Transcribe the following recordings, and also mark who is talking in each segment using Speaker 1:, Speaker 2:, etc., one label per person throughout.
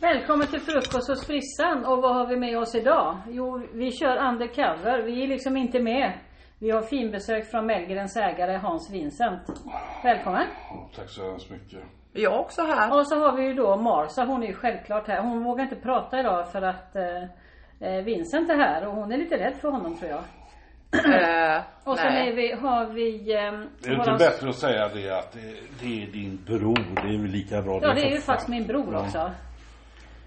Speaker 1: Välkommen till frukost hos frissan. Och vad har vi med oss idag? Jo, vi kör undercover. Vi är liksom inte med. Vi har finbesök från Mellgrens ägare Hans Vincent. Välkommen.
Speaker 2: Ja, Tack så hemskt mycket.
Speaker 3: Jag också här.
Speaker 1: Och så har vi ju då Marsa. Hon är ju självklart här. Hon vågar inte prata idag för att eh, eh, Vincent är här och hon är lite rädd för honom tror jag.
Speaker 3: Eh,
Speaker 1: Och sen är
Speaker 3: nej.
Speaker 1: vi, har vi... ehm,
Speaker 2: Det är
Speaker 1: våran-
Speaker 2: inte bättre att säga det att det, det är din bror. Det är väl lika bra.
Speaker 1: Ja, det är ju
Speaker 2: för fan.
Speaker 1: faktiskt min bror
Speaker 2: Ja.
Speaker 1: också.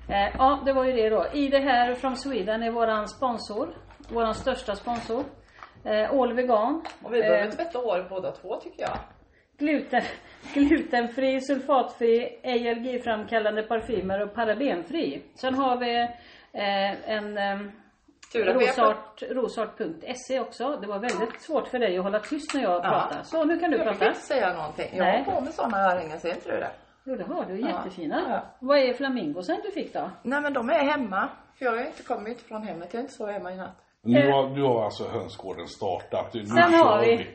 Speaker 1: Eh, ja, det var ju det då. I det här från Sweden är våran sponsor. Våran största sponsor. Eh, All Vegan.
Speaker 3: Och vi behöver
Speaker 1: Eh,
Speaker 3: tvätta håret båda två tycker jag.
Speaker 1: gluten, glutenfri, sulfatfri, ALG-framkallande parfymer och parabenfri. Sen har vi eh, en eh,
Speaker 3: Tur att vi har
Speaker 1: rosart- rosart.se också. Det var väldigt svårt för dig att hålla tyst när jag
Speaker 3: Ja.
Speaker 1: pratade. Så nu kan du
Speaker 3: Jag
Speaker 1: prata.
Speaker 3: fick säga någonting. Jag
Speaker 1: Nej.
Speaker 3: har på mig sådana örhängen, ser inte du det?
Speaker 1: Jo, det har du.
Speaker 3: Ja.
Speaker 1: Jättefina.
Speaker 3: Ja.
Speaker 1: Vad är flamingosen du fick då?
Speaker 3: Nej men de är hemma. För jag har ju inte kommit från hemmet, jag är inte så hemma i natt.
Speaker 2: Nu har, nu har alltså hönsgården startat. Nu
Speaker 1: Sen
Speaker 2: kör
Speaker 1: har vi
Speaker 3: Nu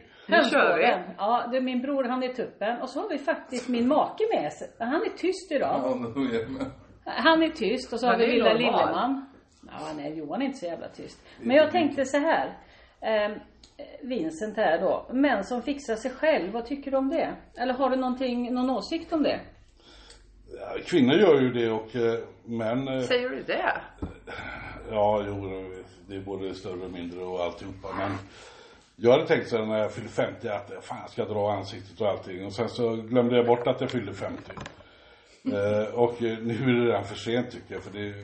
Speaker 3: kör vi.
Speaker 1: hönsgården. Ja, det är min bror han är tuppen. Och så har vi faktiskt min make med sig. Han är tyst idag.
Speaker 4: Ja, men hon är med.
Speaker 1: Han är tyst och så har
Speaker 3: Han
Speaker 1: vi
Speaker 3: är ju
Speaker 1: lilla
Speaker 3: normal.
Speaker 1: Lilleman. Ja, nej, Johan är inte så jävla tyst. Men jag tänkte så här. ehm, Vincent här då. Män som fixar sig själv, vad tycker du om det? Eller har du någonting, någon åsikt om det?
Speaker 2: Ja, Kvinnor gör ju det och eh, män. eh,
Speaker 3: Säger du det?
Speaker 2: Ja, jo, det är både större och mindre och alltihopa. Men jag hade tänkt så här när jag fyllde 50 att fan jag ska dra ansiktet och allting. Och sen så glömde jag bort att jag fyllde 50. Eh, och eh, nu är det redan för sent tycker jag. För det,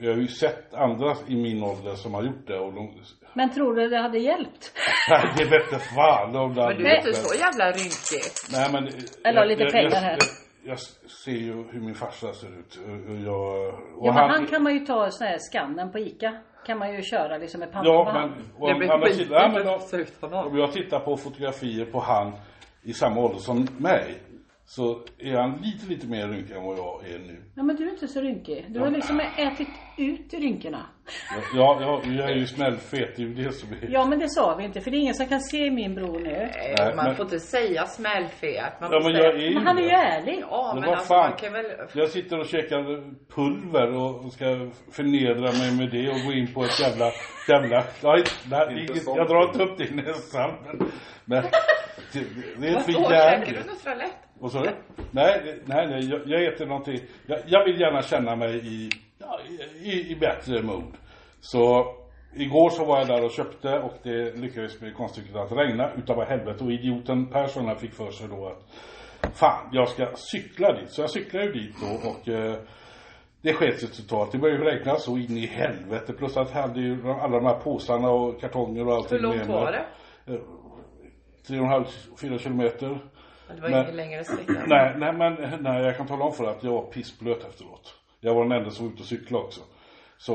Speaker 2: jag har ju sett andra i min ålder som har gjort det. Och de,
Speaker 1: Men tror du det hade hjälpt?
Speaker 2: nej, det vete fan om det
Speaker 3: Men
Speaker 2: hade
Speaker 3: du är
Speaker 2: gjort
Speaker 3: inte
Speaker 2: det.
Speaker 3: så jävla rynkig.
Speaker 2: Nej, men, eh,
Speaker 1: Eller lite pengar
Speaker 2: jag,
Speaker 1: här.
Speaker 2: Jag, jag ser ju hur min farsa ser ut. Och- och Jag, och
Speaker 1: Ja, men han kan man ju ta sån här skannen på ICA. Kan man ju köra liksom med pannan på
Speaker 2: Ja,
Speaker 1: hand.
Speaker 2: men...
Speaker 3: Det blir
Speaker 2: å andra
Speaker 3: skitdyrt
Speaker 2: sidan- nej, men
Speaker 3: att se ut honom.
Speaker 2: Om jag tittar på fotografier på han i samma ålder som mig så är han lite, lite mer rynkig än vad jag är nu.
Speaker 1: Ja, men du är inte så rynkig. Du har liksom ätit ut rynkorna.
Speaker 2: Jag, jag, jag är ju smällfet, det är ju det som är...
Speaker 1: Ja, men det sa vi inte. För det är ingen som kan se min bror nu.
Speaker 3: Nej,
Speaker 2: Nej,
Speaker 3: Eh, man
Speaker 2: men-
Speaker 3: får inte säga smällfet. Man
Speaker 2: Ja,
Speaker 3: får
Speaker 2: men
Speaker 3: säga...
Speaker 2: jag är ju
Speaker 1: Men han är ju
Speaker 2: det.
Speaker 1: ärlig.
Speaker 3: Ja,
Speaker 2: Men
Speaker 3: men,
Speaker 2: vad
Speaker 3: alltså
Speaker 2: fan.
Speaker 3: man kan väl...
Speaker 2: Jag sitter och käkar pulver och ska förnedra mig med det och gå in på ett jävla, jävla... Nej, nej,
Speaker 4: Inte
Speaker 2: inget,
Speaker 4: sånt.
Speaker 2: jag drar inte upp det i näsan. Men, men det, det är
Speaker 3: Vad
Speaker 2: för
Speaker 3: står käkar du
Speaker 2: jävligt.
Speaker 3: nuttralett?
Speaker 2: Vad sa du? Nej, det- nej, nej jag, jag äter någonting. Jag, jag vill gärna känna mig i, ja, i- i, i bättre mood. Så igår så var jag där och köpte och det lyckades med konststycket att regna utav vad helvete. Och idioten Persson här fick för sig då att fan, jag ska cykla dit. Så jag cyklade ju dit då och eh, det sket sig totalt. Det började ju regna så in i helvete. Plus att jag hade ju de- alla de här påsarna och kartonger och allting
Speaker 3: Hur långt
Speaker 2: med mig.
Speaker 3: var det?
Speaker 2: Tre och en halv, fyra kilometer.
Speaker 3: Det var
Speaker 2: Men-
Speaker 3: ingen längre sträcka.
Speaker 2: Nej, nej, men nej, jag kan tala om för dig att jag var pissblöt efteråt. Jag var den enda som var ute och cyklade också. Så,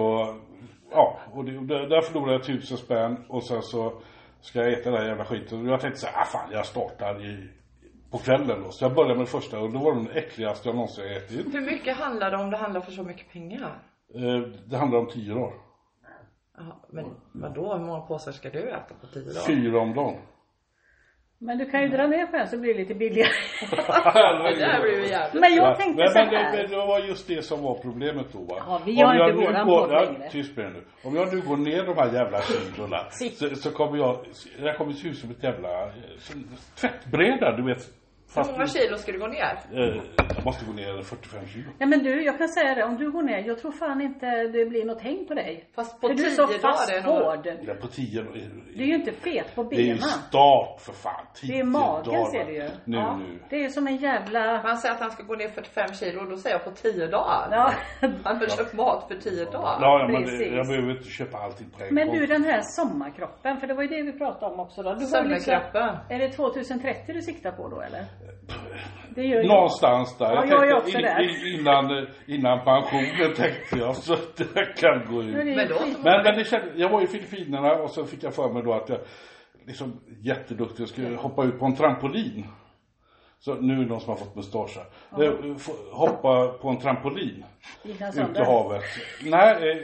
Speaker 2: ja, och det, och där där förlorade jag tusen spänn och sen så ska jag äta den här jävla skiten. Och jag tänkte så här, ah, fan jag startar i, på kvällen då. Så jag började med det första och då var det den äckligaste jag någonsin ätit.
Speaker 3: Hur mycket handlar det om det handlar för så mycket pengar?
Speaker 2: Eh, det handlar om tio dagar.
Speaker 3: Ja, men vadå, hur många påsar ska du äta på tio dagar?
Speaker 2: Fyra om dagen.
Speaker 1: Men du kan ju dra ner på en så blir det lite billigare.
Speaker 3: Det där blir ju jävligt...
Speaker 1: Men jag
Speaker 2: Ja,
Speaker 1: tänkte
Speaker 2: men,
Speaker 1: så
Speaker 2: men, det- men
Speaker 1: här.
Speaker 2: det var just det som var problemet då va.
Speaker 1: Ja, vi har
Speaker 2: Om jag
Speaker 1: inte
Speaker 2: nu
Speaker 1: våran
Speaker 2: går-
Speaker 1: podd
Speaker 2: ja,
Speaker 1: längre.
Speaker 2: Tyst med er nu. Om jag nu går ner de här jävla kilorna så, så kommer jag, jag kommer se ut som ett jävla eh, som tvättbräda du vet.
Speaker 3: Hur
Speaker 2: Fast,
Speaker 3: många kilo ska du gå ner?
Speaker 2: eh, jag måste gå ner 45 kilo.
Speaker 1: Ja, men du, jag kan säga det. Om du går ner, jag tror fan inte det blir något häng på dig.
Speaker 3: Fast på
Speaker 1: för du är
Speaker 3: tio
Speaker 1: så
Speaker 3: dagar
Speaker 1: fast
Speaker 3: är det nog-
Speaker 1: hård.
Speaker 2: Ja, på 10
Speaker 1: Du är ju inte fet på
Speaker 2: Det är ju
Speaker 1: benen.
Speaker 2: start för fan. 10
Speaker 1: Det är magen
Speaker 2: dagar.
Speaker 1: ser du ju.
Speaker 2: Nu
Speaker 1: ja,
Speaker 2: nu.
Speaker 1: Det är som en jävla...
Speaker 3: Han säger att han ska gå ner 45 kilo och då säger jag på 10 dagar.
Speaker 1: Ja.
Speaker 3: Han har köpt mat för 10 dagar.
Speaker 2: Ja, ja, men det,
Speaker 1: precis.
Speaker 2: jag behöver inte köpa allting på en
Speaker 1: Men
Speaker 2: gång.
Speaker 1: du, den här sommarkroppen. För det var ju det vi pratade om också då. Du har ju liksom...
Speaker 3: Sommarkroppen.
Speaker 1: Är det 2030 du siktar på då eller? Det gör jag.
Speaker 2: Någonstans där.
Speaker 1: Ja,
Speaker 2: Jag
Speaker 1: jag är också
Speaker 2: tänkte
Speaker 1: där.
Speaker 2: innan, innan pensionen tänkte jag så att jag kan gå
Speaker 1: Nu är
Speaker 2: ut.
Speaker 1: det ju
Speaker 3: Men då-
Speaker 1: skit-
Speaker 2: Men, men det kände, jag var i Filippinerna och så fick jag för mig då att jag liksom jätteduktig, jag skulle hoppa ut på en trampolin. Så nu är det någon som har fått mustasch här. Eh, få- Hoppa på en trampolin
Speaker 1: gick han
Speaker 2: ut i
Speaker 1: sönder.
Speaker 2: havet. Nej, eh,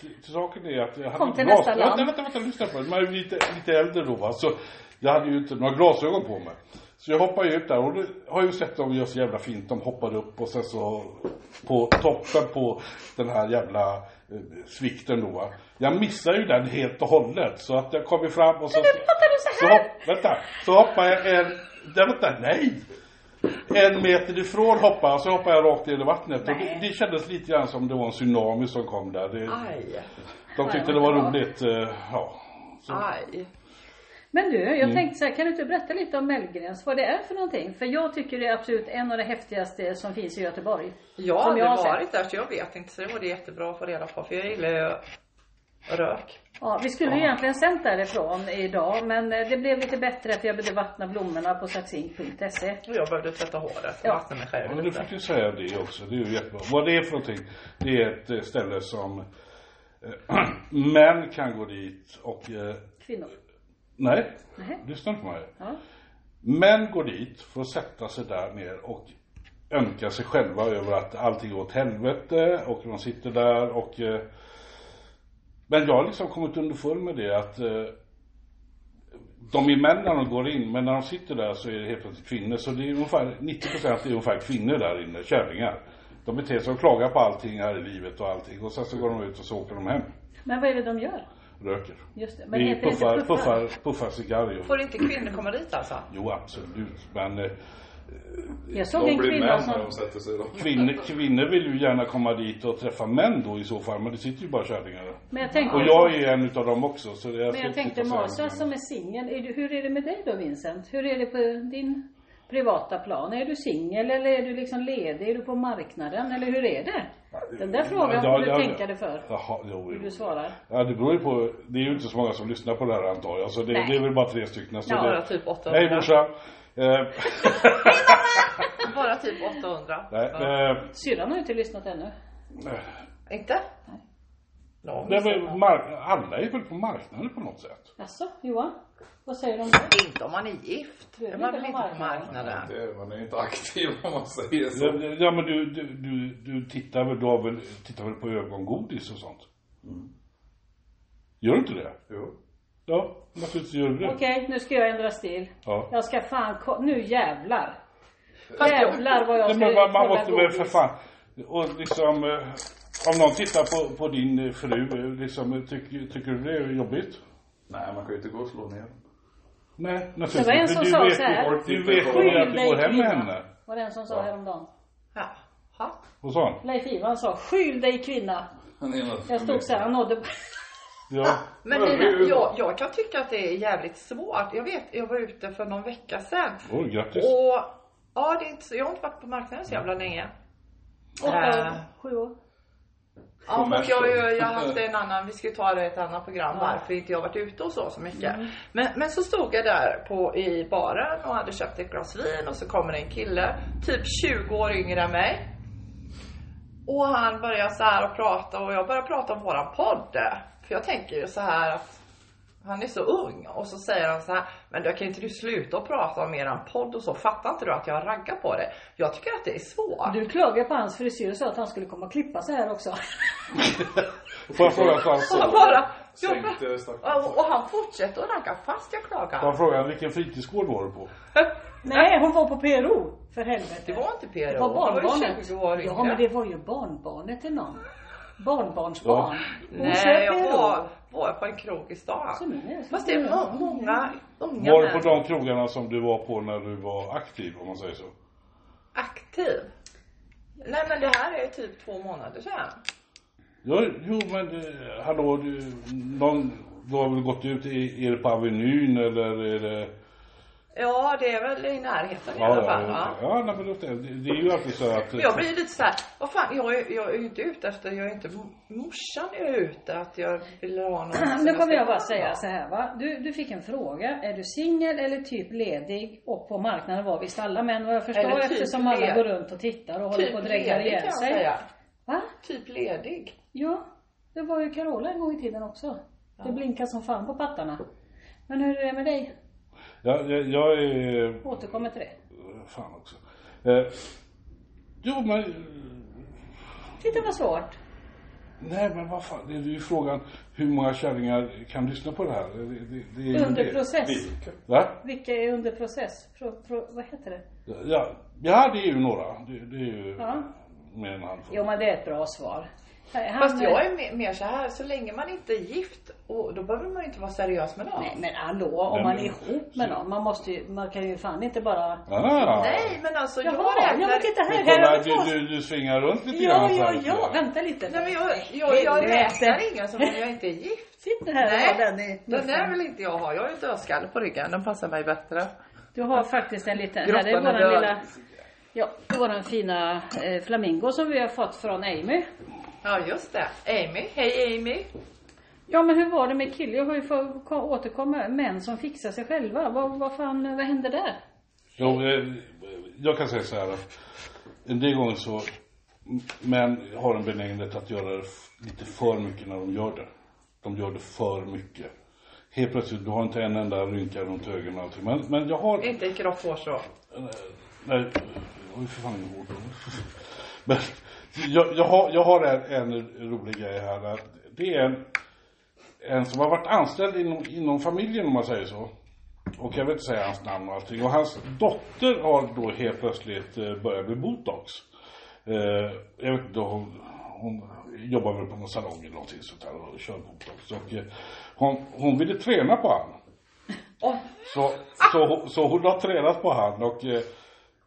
Speaker 2: till- till saken är att jag hade
Speaker 1: Kom
Speaker 2: inte
Speaker 1: till
Speaker 2: glas-
Speaker 1: nästa
Speaker 2: Vänta,
Speaker 1: land.
Speaker 2: vänta, vänta, lyssna på det. Man är ju lite, lite äldre då va. Så jag hade ju inte några glasögon på mig. Så jag hoppar ju ut där och du har ju sett dem göra så jävla fint. De hoppar upp och sen så på toppen på den här jävla eh, svikten då. va. Jag missar ju den helt och hållet så att jag kommer fram och så...
Speaker 1: Men fattar du så
Speaker 2: så
Speaker 1: här?
Speaker 2: hopp, vänta, så hoppar jag en... Nej, vänta, nej! En meter ifrån hoppar jag, så hoppar jag rakt ner i vattnet. Och
Speaker 1: Nej.
Speaker 2: det, det kändes lite grann som det var en tsunami som kom där. Det,
Speaker 3: Aj.
Speaker 2: de tyckte det var roligt. eh, Ja.
Speaker 3: Aj.
Speaker 1: Men du, jag tänkte så här, kan du inte berätta lite om Mellgrens, vad det är för någonting? För jag tycker det är absolut en av det häftigaste som finns i Göteborg.
Speaker 3: Jag har
Speaker 1: Som
Speaker 3: aldrig
Speaker 1: jag har sett.
Speaker 3: varit där så jag vet inte. Så det var det jättebra att få reda på. För jag gillar ju rök.
Speaker 1: Ja, vi skulle egentligen sänt därifrån idag, men eh, det blev lite bättre för jag behövde vattna blommorna på saxin.se.
Speaker 3: Och jag behövde tvätta håret.
Speaker 1: Ja.
Speaker 3: Vattna mig själv
Speaker 2: Ja, men du
Speaker 3: lite.
Speaker 2: fick ju säga det också. Det är ju jättebra. Vad det är för någonting, det är ett eh, ställe som eh, män kan gå dit och... Eh,
Speaker 1: Kvinnor.
Speaker 2: nej,
Speaker 1: Nej.
Speaker 2: lyssna inte på mig.
Speaker 1: Ja.
Speaker 2: Män går dit för att sätta sig där ner och ömka sig själva över att allting går åt helvete och de sitter där och... eh, Men jag har liksom kommit underfund med det att eh, de är män när de går in, men när de sitter där så är det helt plötsligt kvinnor. Så det är ungefär, 90% är ungefär kvinnor där inne, kärringar. De beter sig och klagar på allting här i livet och allting och sen så går de ut och så åker de hem.
Speaker 1: Men vad är det de gör?
Speaker 2: Röker.
Speaker 1: Just det. Men
Speaker 2: Men det är
Speaker 1: heter det
Speaker 2: puffar,
Speaker 1: inte puffar?
Speaker 2: puffar, puffar cigarrer.
Speaker 3: Får inte kvinnor komma dit alltså?
Speaker 2: Jo, absolut. Men eh,
Speaker 1: Jag såg
Speaker 4: De
Speaker 1: en
Speaker 4: blir
Speaker 1: kvinna
Speaker 4: män när
Speaker 1: som...
Speaker 4: de sätter sig då.
Speaker 2: Kvinnor, kvinnor vill ju gärna komma dit och träffa män då i så fall, men det sitter ju bara kärringar där.
Speaker 1: Men jag tänkte,
Speaker 2: Och jag är en utav dem också. Så det är
Speaker 1: men jag tänkte Masa som är singel, är du- hur är det med dig då Vincent? Hur är det på din privata plan? Är du singel eller är du liksom ledig? Är du på marknaden? Eller hur är det? Den där frågan får du tänka dig för.
Speaker 2: Jaha, jo,
Speaker 1: Hur
Speaker 2: jo.
Speaker 1: du svarar.
Speaker 2: Ja, det beror ju på. Det är ju inte så många som lyssnar på det här antar jag. Så det,
Speaker 1: Nej.
Speaker 2: det är väl bara tre stycken. Så
Speaker 1: Ja,
Speaker 2: det,
Speaker 3: Bara typ 800.
Speaker 2: Hej morsan! Eh,
Speaker 3: Bara typ 800.
Speaker 2: nej,
Speaker 3: Ja.
Speaker 2: eh,
Speaker 1: Syrran har ju inte lyssnat ännu.
Speaker 3: Inte? Någon
Speaker 2: det var ju
Speaker 3: missar.
Speaker 2: mark- alla är väl på marknaden på något sätt?
Speaker 1: Jaså, Johan? Vad säger du om det?
Speaker 3: Inte om man är gift.
Speaker 1: Du är
Speaker 3: Är man
Speaker 1: väl
Speaker 3: väl
Speaker 1: på
Speaker 3: inte på marknaden?
Speaker 4: Det är, man är inte aktiv om man säger
Speaker 2: Ja,
Speaker 4: så.
Speaker 2: ja men du, du, du, du tittar väl, du har väl, tittar väl på ögongodis och sånt? Gör du inte det?
Speaker 4: Jo.
Speaker 2: Ja, naturligtvis gör du det.
Speaker 1: Okej, nu ska jag ändra stil.
Speaker 2: Ja.
Speaker 1: Jag ska fan ko- Nu jävlar!
Speaker 3: jag-
Speaker 1: Jävlar vad jag
Speaker 2: Nej,
Speaker 1: ska
Speaker 2: men man, man
Speaker 1: kolla
Speaker 2: måste väl för
Speaker 1: godis.
Speaker 2: fan, och liksom, eh, om någon tittar på, på din eh, fru, eh, liksom, eh, tycker, tycker du det är jobbigt?
Speaker 4: Nej, man kan ju inte gå och slå ner dem.
Speaker 2: Nej,
Speaker 1: Det var en
Speaker 2: naturligtvis.
Speaker 1: som
Speaker 2: Men du
Speaker 1: sa
Speaker 2: vet
Speaker 1: så här.
Speaker 2: ju- Du vet ju att du går hem med henne.
Speaker 1: Var det en som sa häromdagen.
Speaker 3: Jaha.
Speaker 2: Och sånt.
Speaker 1: Leif Ivan sa, skyll dig kvinna.
Speaker 4: Han är något
Speaker 1: Jag
Speaker 4: för
Speaker 1: stod så här, han nådde... Ah.
Speaker 2: Ja.
Speaker 3: Men
Speaker 4: Ja, det är
Speaker 3: Lina,
Speaker 4: ju-
Speaker 3: jag, jag kan tycka att det är jävligt svårt. Jag vet, jag var ute för någon vecka sedan.
Speaker 2: Oj, grattis.
Speaker 3: Och ja, det är inte så, jag har inte varit på marknaden så jävla länge.
Speaker 1: Åtta,
Speaker 3: Äh.
Speaker 1: sju år.
Speaker 3: Ja, och jag, har ju- jag har haft en annan, vi ska ju ta det i ett annat program varför inte jag varit ute och så så mycket. Men, men så stod jag där på, i baren och hade köpt ett glas vin och så kommer det en kille, typ 20 år yngre än mig. Och han börjar så här och prata och jag börjar prata om våran podd. För jag tänker ju så här att han är så ung och så säger han så här Men du kan inte du sluta och prata om eran podd och så fattar inte du att jag raggar på det? Jag tycker att det är svårt.
Speaker 1: Du klagade på hans frisyr och sa att han skulle komma och klippa så här också.
Speaker 2: Får jag fråga, får jag
Speaker 3: Och
Speaker 2: fråga,
Speaker 3: bara, jag bara,
Speaker 4: Sänkte stackars.
Speaker 3: och, och han fortsätter att ragga fast jag
Speaker 2: får jag
Speaker 3: klagar.
Speaker 2: fråga vilken fritidsgård var du på?
Speaker 1: Nej, hon var på PRO. För helvete.
Speaker 3: Det var inte PRO.
Speaker 1: Det var
Speaker 3: Han var ju
Speaker 1: barnbarnet.
Speaker 3: 20 år yngre.
Speaker 1: Ja, men det var ju barnbarnet till någon. Barnbarnsbarn. Hon
Speaker 3: Nej,
Speaker 1: kör
Speaker 3: jag
Speaker 1: PRO.
Speaker 3: var, var på en krog i
Speaker 1: Så
Speaker 3: stan.
Speaker 1: min är så
Speaker 3: Fast det är
Speaker 1: stor.
Speaker 3: må, många unga
Speaker 2: Var du på
Speaker 3: män.
Speaker 2: de krogarna som du var på när du var aktiv, om man säger så?
Speaker 3: Aktiv. Nej men det här är typ två månader sedan.
Speaker 2: Ja, jo men eh, hallå, du, någon, du har väl gått ut, i, är det på Avenyn eller är det...
Speaker 3: Ja, det är väl i närheten i alla fall. va?
Speaker 2: ja. ja nej, men det, det är ju alltid så att...
Speaker 3: Men Jag blir lite såhär, vad fan, jag är, jag är ju inte ute efter, jag är inte, morsan är ute att jag vill ha någon som
Speaker 1: Nu kommer
Speaker 3: ska-
Speaker 1: jag bara säga så här va. Du, du fick en fråga. Är du singel eller typ ledig? Och på marknaden var visst alla män vad jag förstår
Speaker 3: Eller typ
Speaker 1: eftersom alla
Speaker 3: led-
Speaker 1: går runt och tittar och håller på och
Speaker 3: Typ
Speaker 1: dreglar
Speaker 3: ledig kan
Speaker 1: ihjäl
Speaker 3: jag
Speaker 1: sig.
Speaker 3: säga.
Speaker 1: Va?
Speaker 3: Typ ledig.
Speaker 1: Ja, det var ju Carola en gång i tiden också. Det blinkar som fan på pattarna. Men hur är det med dig?
Speaker 2: Ja, jag, jag är...
Speaker 1: Återkommer till det.
Speaker 2: Fan också. Eh, jo men...
Speaker 1: Titta vad svårt.
Speaker 2: Nej, men vad fan, det är ju frågan hur många kärringar kan lyssna på det här? Det, det, det är ju
Speaker 1: Under
Speaker 2: det.
Speaker 1: process.
Speaker 2: Vilka? Va?
Speaker 1: Vilka är under process? Pro, pro, vad heter det?
Speaker 2: Ja, ja, det är ju några. Det, det är ju
Speaker 1: Ja.
Speaker 2: mer än en handfull.
Speaker 1: Jo men det är ett bra svar. Han,
Speaker 3: Fast jag är mer- mer så här, så länge man inte är gift, och då behöver man ju inte vara seriös med någon.
Speaker 1: Nej men hallå, om
Speaker 2: Nej,
Speaker 1: man är
Speaker 2: men-
Speaker 1: ihop med någon. Man måste ju, man kan ju fan inte bara...
Speaker 2: Ah.
Speaker 3: Nej, men alltså jag
Speaker 1: Jaha, ja
Speaker 3: räknar...
Speaker 1: men titta här,
Speaker 2: Men
Speaker 1: Ah, här har
Speaker 2: kolla,
Speaker 1: vi
Speaker 2: du,
Speaker 1: två.
Speaker 2: du, du svingar runt lite
Speaker 1: Ja,
Speaker 2: grann så
Speaker 1: ja,
Speaker 2: här.
Speaker 1: ja, vänta lite.
Speaker 3: Nej, men jag, jag, jag
Speaker 1: Helvete.
Speaker 3: räknar ingen som om jag inte är gift.
Speaker 1: Sitt här och
Speaker 3: Nej.
Speaker 1: ha den i
Speaker 3: Den där
Speaker 1: muffen.
Speaker 3: vill inte jag ha. Jag har ju dödskalle på ryggen. Den passar mig bättre.
Speaker 1: Du har faktiskt en liten, här
Speaker 3: Grottan
Speaker 1: är
Speaker 3: är
Speaker 1: våran
Speaker 3: död.
Speaker 1: lilla, ja, det är våran fina eh, flamingo som vi har fått från Amy.
Speaker 3: Ja, just det. Amy. Hej Amy.
Speaker 1: Ja men hur var det med killar? Jag har ju fått ko- återkomma, män som fixar sig själva. Vad, vad fan, vad hände där?
Speaker 2: Jo, eh, jag kan säga så här att en del gånger så män har en benägenhet att göra det f- lite för mycket när de gör det. De gör det för mycket. Helt plötsligt, du har inte en enda rynka runt ögonen och allting. Men, men jag har...
Speaker 3: Inte ett grått hårstrå.
Speaker 2: Nej, oj för fan jag går Men jag, jag har, jag har en, en rolig grej här. Att det är en, en som har varit anställd inom, inom familjen om man säger så. Och jag vill inte säga hans namn och allting. Och hans dotter har då helt plötsligt eh, börjat med botox. Eh, jag vet inte, hon, hon jobbar väl på någon salong eller någonting sånt där och kör botox. Och eh, hon, hon ville träna på honom. Så, så, så hon har tränat på han och eh,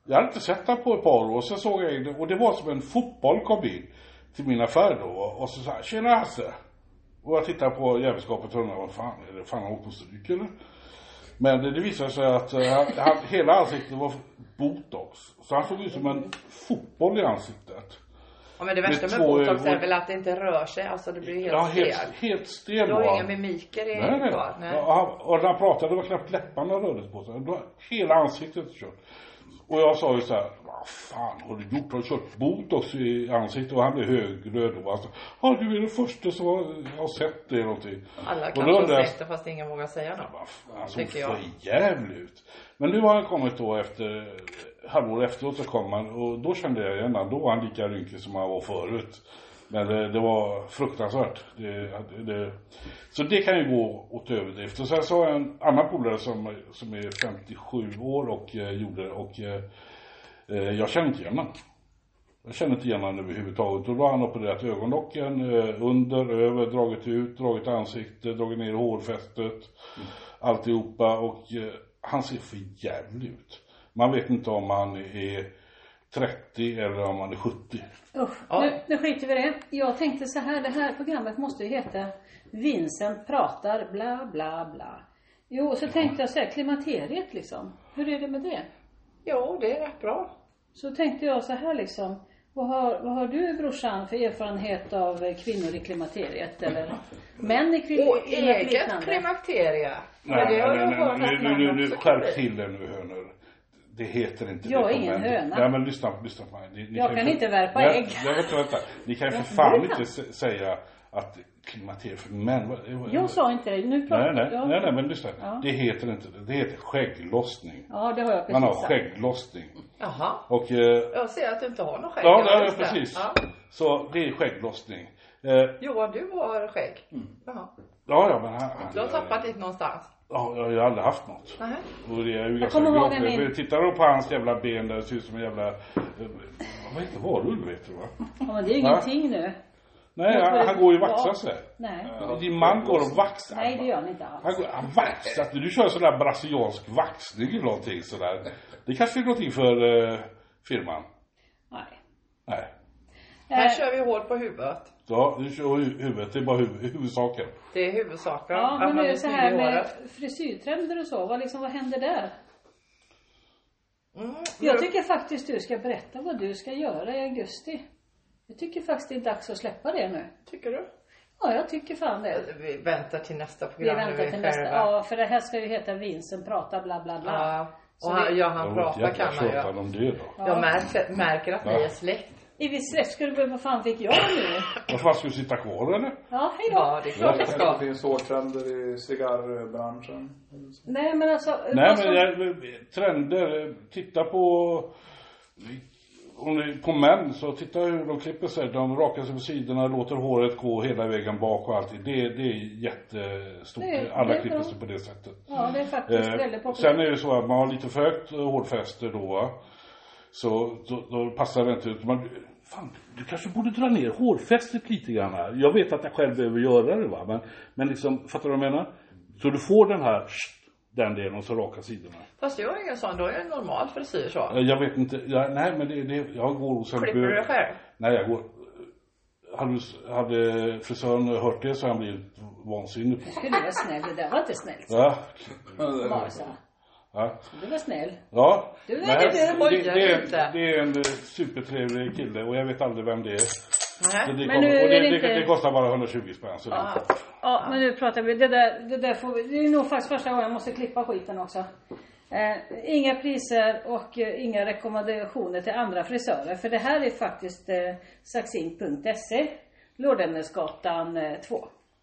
Speaker 2: jag hade inte sett han på ett par år. Sen såg jag in och det var som en fotboll kom in till min affär då och så sa han Tjena Hasse! Och jag tittade på jävelskapet och undrade vad fan, är det fan han åkt på stryk eller? Men det, det visade sig att eh, han, han, hela ansiktet var botox. Så han såg ut som en fotboll i ansiktet.
Speaker 3: Ja, men det värsta med
Speaker 2: två
Speaker 3: botox är
Speaker 2: ögon.
Speaker 3: väl att det inte rör sig. Alltså det blir helt
Speaker 2: Ja,
Speaker 3: stel.
Speaker 2: helt, helt stel
Speaker 3: Du
Speaker 2: var
Speaker 3: har
Speaker 2: han.
Speaker 3: inga mimiker i
Speaker 2: Nej, nej.
Speaker 3: kvar. Nej.
Speaker 2: Ja, han- och när han pratade var knappt läpparna rördes på sig. Det var hela ansiktet kört. Och jag sa ju så här, vad fan har du gjort? Har du kört botox i ansiktet? Och han blev högröd och alltså, ja du är den första som har, har sett det eller någonting.
Speaker 3: Alla
Speaker 2: Och
Speaker 3: kanske
Speaker 2: då
Speaker 3: har
Speaker 2: undrar jag-
Speaker 3: sett det fast ingen vågar säga något.
Speaker 2: vad fan, Han såg
Speaker 3: Tycker jag.
Speaker 2: för jävligt ut. Men nu har han kommit då efter, halvår efteråt så kom han och då kände jag igen honom. Då var han lika rynkig som han var förut. Men det, det var fruktansvärt. Det, det, så det kan ju gå åt överdrift. Och sen så har jag en annan polare som, som är 57 år och eh, gjorde och eh, eh, jag känner inte igen honom. Jag känner inte igen honom överhuvudtaget. Och då har han opererat ögonlocken eh, under, över, dragit ut, dragit ansikte, dragit ner hårfästet. Alltihopa. Och eh, han ser för jävligt ut. Man vet inte om han är 30 eller om han är 70.
Speaker 1: Usch,
Speaker 3: Ja.
Speaker 1: nu, nu skiter vi i det. Jag tänkte så här, det här programmet måste ju heta Vincent pratar bla bla bla. Jo, så tänkte jag så här, klimakteriet liksom. Hur är det med det?
Speaker 3: Jo, det är rätt bra.
Speaker 1: Så tänkte jag så här liksom. Vad har, vad har du brorsan för erfarenhet av eh, kvinnor i klimakteriet eller män i
Speaker 3: Och
Speaker 1: kli- i något
Speaker 3: eget
Speaker 1: liknande?
Speaker 3: klimakterie. Men
Speaker 2: Nej,
Speaker 3: det har
Speaker 2: nej,
Speaker 3: jag
Speaker 2: nej,
Speaker 3: hört
Speaker 2: nej,
Speaker 3: att
Speaker 2: nu, nu,
Speaker 3: man
Speaker 2: nu,
Speaker 3: också
Speaker 2: skärp
Speaker 3: kan bli.
Speaker 2: till dig nu hönor. Det heter inte
Speaker 1: Jag
Speaker 2: det.
Speaker 1: är
Speaker 2: på
Speaker 1: ingen
Speaker 2: män.
Speaker 1: höna.
Speaker 2: Nej men lyssna, lyssna på mig. Ni, ni
Speaker 1: Jag
Speaker 2: ju
Speaker 1: kan
Speaker 2: för-
Speaker 1: inte värpa
Speaker 2: Nej,
Speaker 1: ägg.
Speaker 2: Jag vet, vänta. Ni kan ju
Speaker 1: Jag
Speaker 2: för fan
Speaker 1: vet.
Speaker 2: inte sä- säga att klimakteriet för män. vad-
Speaker 1: Jag sa inte det. Nu pratar
Speaker 2: Nej, nej,
Speaker 1: jag.
Speaker 2: nej, nej, men lyssna.
Speaker 1: Ja.
Speaker 2: Det heter inte det. Det heter skägglossning.
Speaker 1: Ja, det har jag precis
Speaker 2: Man har
Speaker 1: sagt.
Speaker 2: skägglossning.
Speaker 3: Jaha.
Speaker 2: Och, eh,
Speaker 3: Jag ser att du inte har något skägg.
Speaker 2: ja, nej,
Speaker 3: just det.
Speaker 2: precis.
Speaker 3: Ja.
Speaker 2: Så det är skägglossning. Eh,
Speaker 3: Johan, du har skägg.
Speaker 2: Mm.
Speaker 3: Jaha.
Speaker 2: ja, ja, men han,
Speaker 3: Du har tappat ditt någonstans.
Speaker 2: Ja, jag har ju aldrig haft något.
Speaker 3: Nej.
Speaker 1: Eh.
Speaker 2: Och det är ju ganska
Speaker 1: kommer ihåg
Speaker 2: grovt.
Speaker 1: en bild.
Speaker 2: Men Tittar du på hans jävla ben där, det ser ut som en jävla... Eh, vad heter varulv, vet du va?
Speaker 1: Ja, men det är ju
Speaker 2: Va?
Speaker 1: ingenting nu.
Speaker 2: Nej,
Speaker 1: Mot
Speaker 2: han,
Speaker 1: vad-
Speaker 2: han går ju och
Speaker 1: ja.
Speaker 2: vaxar sig.
Speaker 1: Nej.
Speaker 2: Din man går och vaxar.
Speaker 1: Nej, det gör han inte
Speaker 2: Han,
Speaker 1: alls.
Speaker 2: går- han vaxar inte. Du kör sån där brasiliansk vaxning eller någonting sådär. Det kanske är någonting för eh, firman?
Speaker 1: Nej.
Speaker 2: Nej.
Speaker 3: Här
Speaker 1: Eh,
Speaker 3: kör vi hårt på huvudet.
Speaker 2: Ja, du kör hu- huvudet. Det är bara huv- huvudsaken.
Speaker 3: Det är huvudsaken.
Speaker 1: Ja, men
Speaker 3: man
Speaker 1: nu
Speaker 3: blir
Speaker 1: så
Speaker 3: snygg i
Speaker 1: här med
Speaker 3: håret.
Speaker 1: frisyrtrender och så, vad, liksom, vad händer där?
Speaker 3: Mm,
Speaker 1: Jag
Speaker 3: nu-
Speaker 1: tycker faktiskt du ska berätta vad du ska göra i augusti. Jag tycker faktiskt det är dags att släppa det nu.
Speaker 3: tycker du?
Speaker 1: Ja, jag tycker fan det.
Speaker 3: Vi väntar till nästa
Speaker 1: Vi
Speaker 3: program. nu
Speaker 1: väntar
Speaker 3: är
Speaker 1: till nästa.
Speaker 3: själva.
Speaker 1: Ja, för det här ska ju heta Vincent pratar bla bla bla.
Speaker 3: Ja.
Speaker 1: Så
Speaker 3: Och han,
Speaker 1: vi-
Speaker 3: ja, han pratar kan man
Speaker 2: tjötar
Speaker 3: ju.
Speaker 2: om det då.
Speaker 1: Ja.
Speaker 3: Jag märker, märker att ni
Speaker 2: Ja.
Speaker 3: är släkt.
Speaker 1: Är vi släkt? Skulle du vad fan fick jag nu?
Speaker 2: Vad fan, ska du sitta kvar eller?
Speaker 1: Ja, hej då.
Speaker 3: Ja, det är klart det
Speaker 4: kanske
Speaker 3: ska.
Speaker 4: det finns hårtrender i cigarrbranschen.
Speaker 1: Nej, men alltså.
Speaker 2: Nej
Speaker 1: vad som-
Speaker 2: men jag, trender, titta på om ni, på män, så titta hur de klipper sig. De rakar sig på sidorna, låter håret gå hela vägen bak och allting. Det, det är jättestort.
Speaker 1: Det-
Speaker 2: Alla
Speaker 1: det är
Speaker 2: klipper
Speaker 1: bra.
Speaker 2: sig på det sättet.
Speaker 1: Ja, det är faktiskt väldigt
Speaker 2: Eh,
Speaker 1: populärt.
Speaker 2: sen är det så att man har lite för högt eh, hårfäste då. va. Så då, då passar det inte ut. Man, fan, du kanske borde dra ner hårfästet lite grann här. Jag vet att jag själv behöver göra det va. Men, men liksom, fattar du vad jag menar? Så du får den här, den delen och så raka sidorna.
Speaker 3: Fast jag är ingen sån, då är det en normal frisyr så.
Speaker 2: Eh, Jag vet inte, jag, nej men det, det, jag går hos en
Speaker 3: Klipper du
Speaker 2: bög.
Speaker 3: dig själv?
Speaker 2: Nej jag går. Hade, hade frisören hört det så hade han blivit vansinnig på
Speaker 1: Skulle du vara snäll? Det där var inte snällt.
Speaker 2: Ja.
Speaker 4: Mm.
Speaker 1: Bara så. här.
Speaker 2: ja.
Speaker 1: Du var snäll.
Speaker 2: Ja.
Speaker 1: Du är
Speaker 2: Nej,
Speaker 1: lite
Speaker 2: det, det, är-
Speaker 3: lite.
Speaker 2: det är en eh, supertrevlig kille och jag vet aldrig vem det är. Så
Speaker 3: Nej.
Speaker 2: det,
Speaker 1: Men
Speaker 2: kommer,
Speaker 1: nu är
Speaker 2: och det,
Speaker 1: det
Speaker 2: det,
Speaker 1: inte-
Speaker 2: det kostar bara 120 spänn. Så det,
Speaker 3: Ah.
Speaker 1: Ja, men nu pratar vi. Det där, det där får vi. Det är nog faktiskt första gången jag måste klippa skiten också. Eh, inga priser och eh, inga rekommendationer till andra frisörer. För det här är faktiskt eh, saxin.se, Lordämnesgatan E, eh, 2.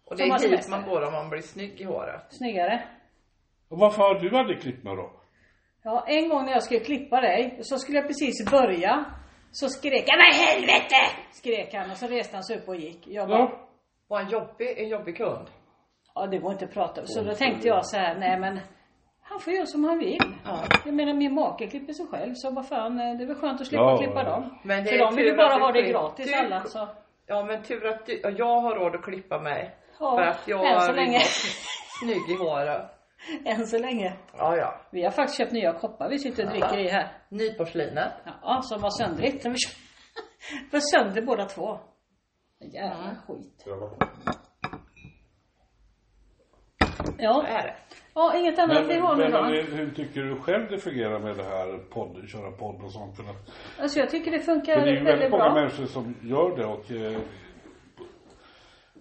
Speaker 3: Och det
Speaker 1: Som har
Speaker 3: är typ dit
Speaker 1: semester.
Speaker 3: man går om man blir snygg i håret.
Speaker 1: Snyggare.
Speaker 2: och varför har du aldrig klippt mig då?
Speaker 1: Ja, en gång när jag skulle klippa dig så skulle jag precis börja. Så skrek han, men helvete! Skrek han och så reste han sig upp och gick. Jag bara,
Speaker 2: Ja.
Speaker 3: Var en jobbig, en jobbig kund.
Speaker 1: Ja, det går inte att prata om. Så då tänkte jag så här, nej men han får göra som han vill.
Speaker 3: Ja.
Speaker 1: Jag menar min make klipper sig själv så vad fan, eh, det är väl skönt att slippa
Speaker 2: Ja,
Speaker 1: klippa
Speaker 2: ja.
Speaker 1: dem.
Speaker 3: Men det
Speaker 1: För
Speaker 3: är
Speaker 1: de vill ju
Speaker 3: tur
Speaker 1: bara
Speaker 3: att
Speaker 1: ha
Speaker 3: det
Speaker 1: det
Speaker 3: sker. typ
Speaker 1: gratis
Speaker 3: Det-
Speaker 1: alla så.
Speaker 3: Ja men tur att du, ja, jag har råd att klippa mig.
Speaker 1: Ja,
Speaker 3: För att jag
Speaker 1: än så
Speaker 3: vill
Speaker 1: länge.
Speaker 3: vara snygg i håret.
Speaker 1: Än så länge.
Speaker 3: Ja ja.
Speaker 1: Vi har faktiskt köpt nya koppar vi sitter och dricker i här.
Speaker 3: Nyporslinet.
Speaker 1: Ja, som var söndrigt. Vi var sönder båda två. Jävla skit.
Speaker 3: Så
Speaker 1: Ja,
Speaker 3: är det.
Speaker 1: ja inget annat i
Speaker 2: men,
Speaker 1: honom
Speaker 2: men
Speaker 1: då.
Speaker 2: hur- hur tycker du själv det fungerar med det här podd, köra podd och sånt? För, att,
Speaker 1: Alltså jag tycker det funkar
Speaker 2: för det är ju
Speaker 1: väldigt,
Speaker 2: väldigt många
Speaker 1: bra.
Speaker 2: människor som gör det och, eh,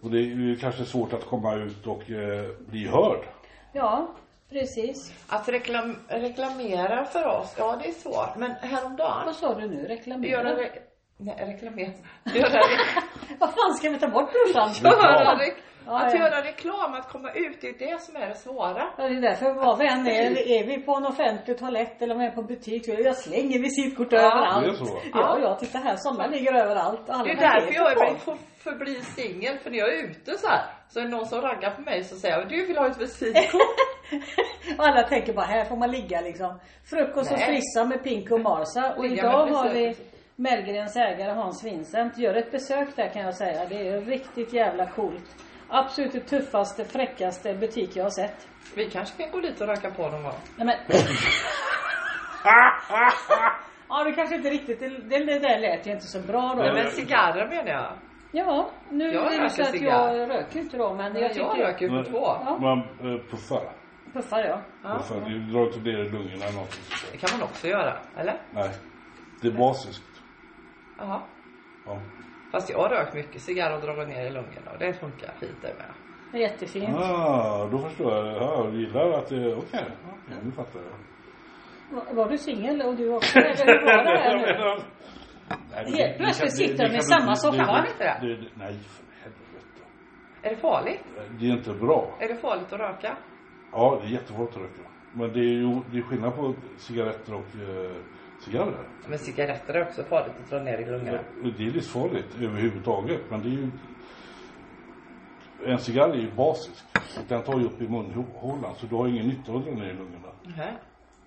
Speaker 2: och det är ju kanske svårt att komma ut och eh, bli hörd.
Speaker 1: Ja, precis.
Speaker 3: Att reklam, reklamera för oss, ja det är svårt. Men häromdagen.
Speaker 1: Vad sa du nu?
Speaker 3: Göra
Speaker 1: Reklamera?
Speaker 3: re- nej, reklamera. Göra
Speaker 1: Vad fan ska vi ta bort brorsan?
Speaker 2: Ja.
Speaker 3: göra re-
Speaker 1: Ja,
Speaker 3: att
Speaker 1: ja.
Speaker 3: göra reklam, att komma ut, det är det som är det svåra.
Speaker 1: Ja, det är därför vad vi än är, är vi på en offentlig toalett eller om vi är på butik, jag slänger visitkort
Speaker 3: Ja,
Speaker 1: överallt.
Speaker 2: det är så.
Speaker 1: Ja, ja, titta här, sådana ligger överallt. Alla
Speaker 3: Det är
Speaker 1: paket
Speaker 3: därför jag
Speaker 1: på.
Speaker 3: är för, förblir singel, för när jag är ute så här, så är det någon som raggar på mig så säger jag, du vill ha ett visitkort?
Speaker 1: Och alla tänker bara, här får man ligga liksom. Frukost och
Speaker 3: Nej.
Speaker 1: frissa med Pink och Marsa. Och
Speaker 3: Ligga
Speaker 1: idag
Speaker 3: med
Speaker 1: har vi
Speaker 3: besök.
Speaker 1: Mellgrens ägare Hans Vincent. Gör ett besök där kan jag säga. Det är riktigt jävla coolt. Absolut det tuffaste, fräckaste butik jag har sett.
Speaker 3: Vi kanske kan gå dit och ragga på någon gång.
Speaker 1: Nej men. ja, det kanske inte riktigt, det, det, det där lät ju inte så bra då.
Speaker 3: Nej, men cigarrer menar jag.
Speaker 1: Ja, nu
Speaker 3: Jag
Speaker 1: är
Speaker 3: röker
Speaker 1: det så att
Speaker 3: cigarr.
Speaker 1: jag röker inte då men jag
Speaker 3: Jag,
Speaker 1: tycker...
Speaker 3: röker ju på två.
Speaker 1: Ja.
Speaker 2: Man eh, puffar.
Speaker 1: Puffar jag.
Speaker 3: Ja.
Speaker 2: puffar. Du drar inte ner i lungorna eller någonting. sånt
Speaker 3: Det
Speaker 2: där.
Speaker 3: kan man också göra, eller?
Speaker 2: Nej. Det är basiskt.
Speaker 3: Jaha.
Speaker 2: Ja.
Speaker 3: Fast jag har rökt mycket cigarr och dragit ner i lungorna och det funkar fint det med.
Speaker 1: Det är jättefint.
Speaker 2: Ah, då förstår jag. Ja, jag gillar att det... Okej, okej, nu fattar jag.
Speaker 1: Var- Var du singel och du också? Eller hur var det här nu?
Speaker 2: Nej,
Speaker 1: Helt
Speaker 2: det- det
Speaker 1: plötsligt
Speaker 2: kan- det-
Speaker 1: sitter
Speaker 2: det
Speaker 1: de i
Speaker 2: kan
Speaker 1: samma
Speaker 2: inte-
Speaker 1: soffa,
Speaker 3: var det inte det?
Speaker 2: det? Nej, för helvete.
Speaker 3: Är det farligt?
Speaker 2: Det är inte bra.
Speaker 3: Är det farligt att röka?
Speaker 2: Ja, det är jättefarligt att röka. Men det är ju det är skillnad på cigaretter och eh, cigarrer.
Speaker 3: Men cigaretter är också farligt att dra ner i lungorna.
Speaker 2: Det är livsfarligt överhuvudtaget. Men det är ju... En cigarr är ju basisk. Och den tar ju upp i munhålan så du har ingen nytta av den i lungorna.
Speaker 3: Mhm.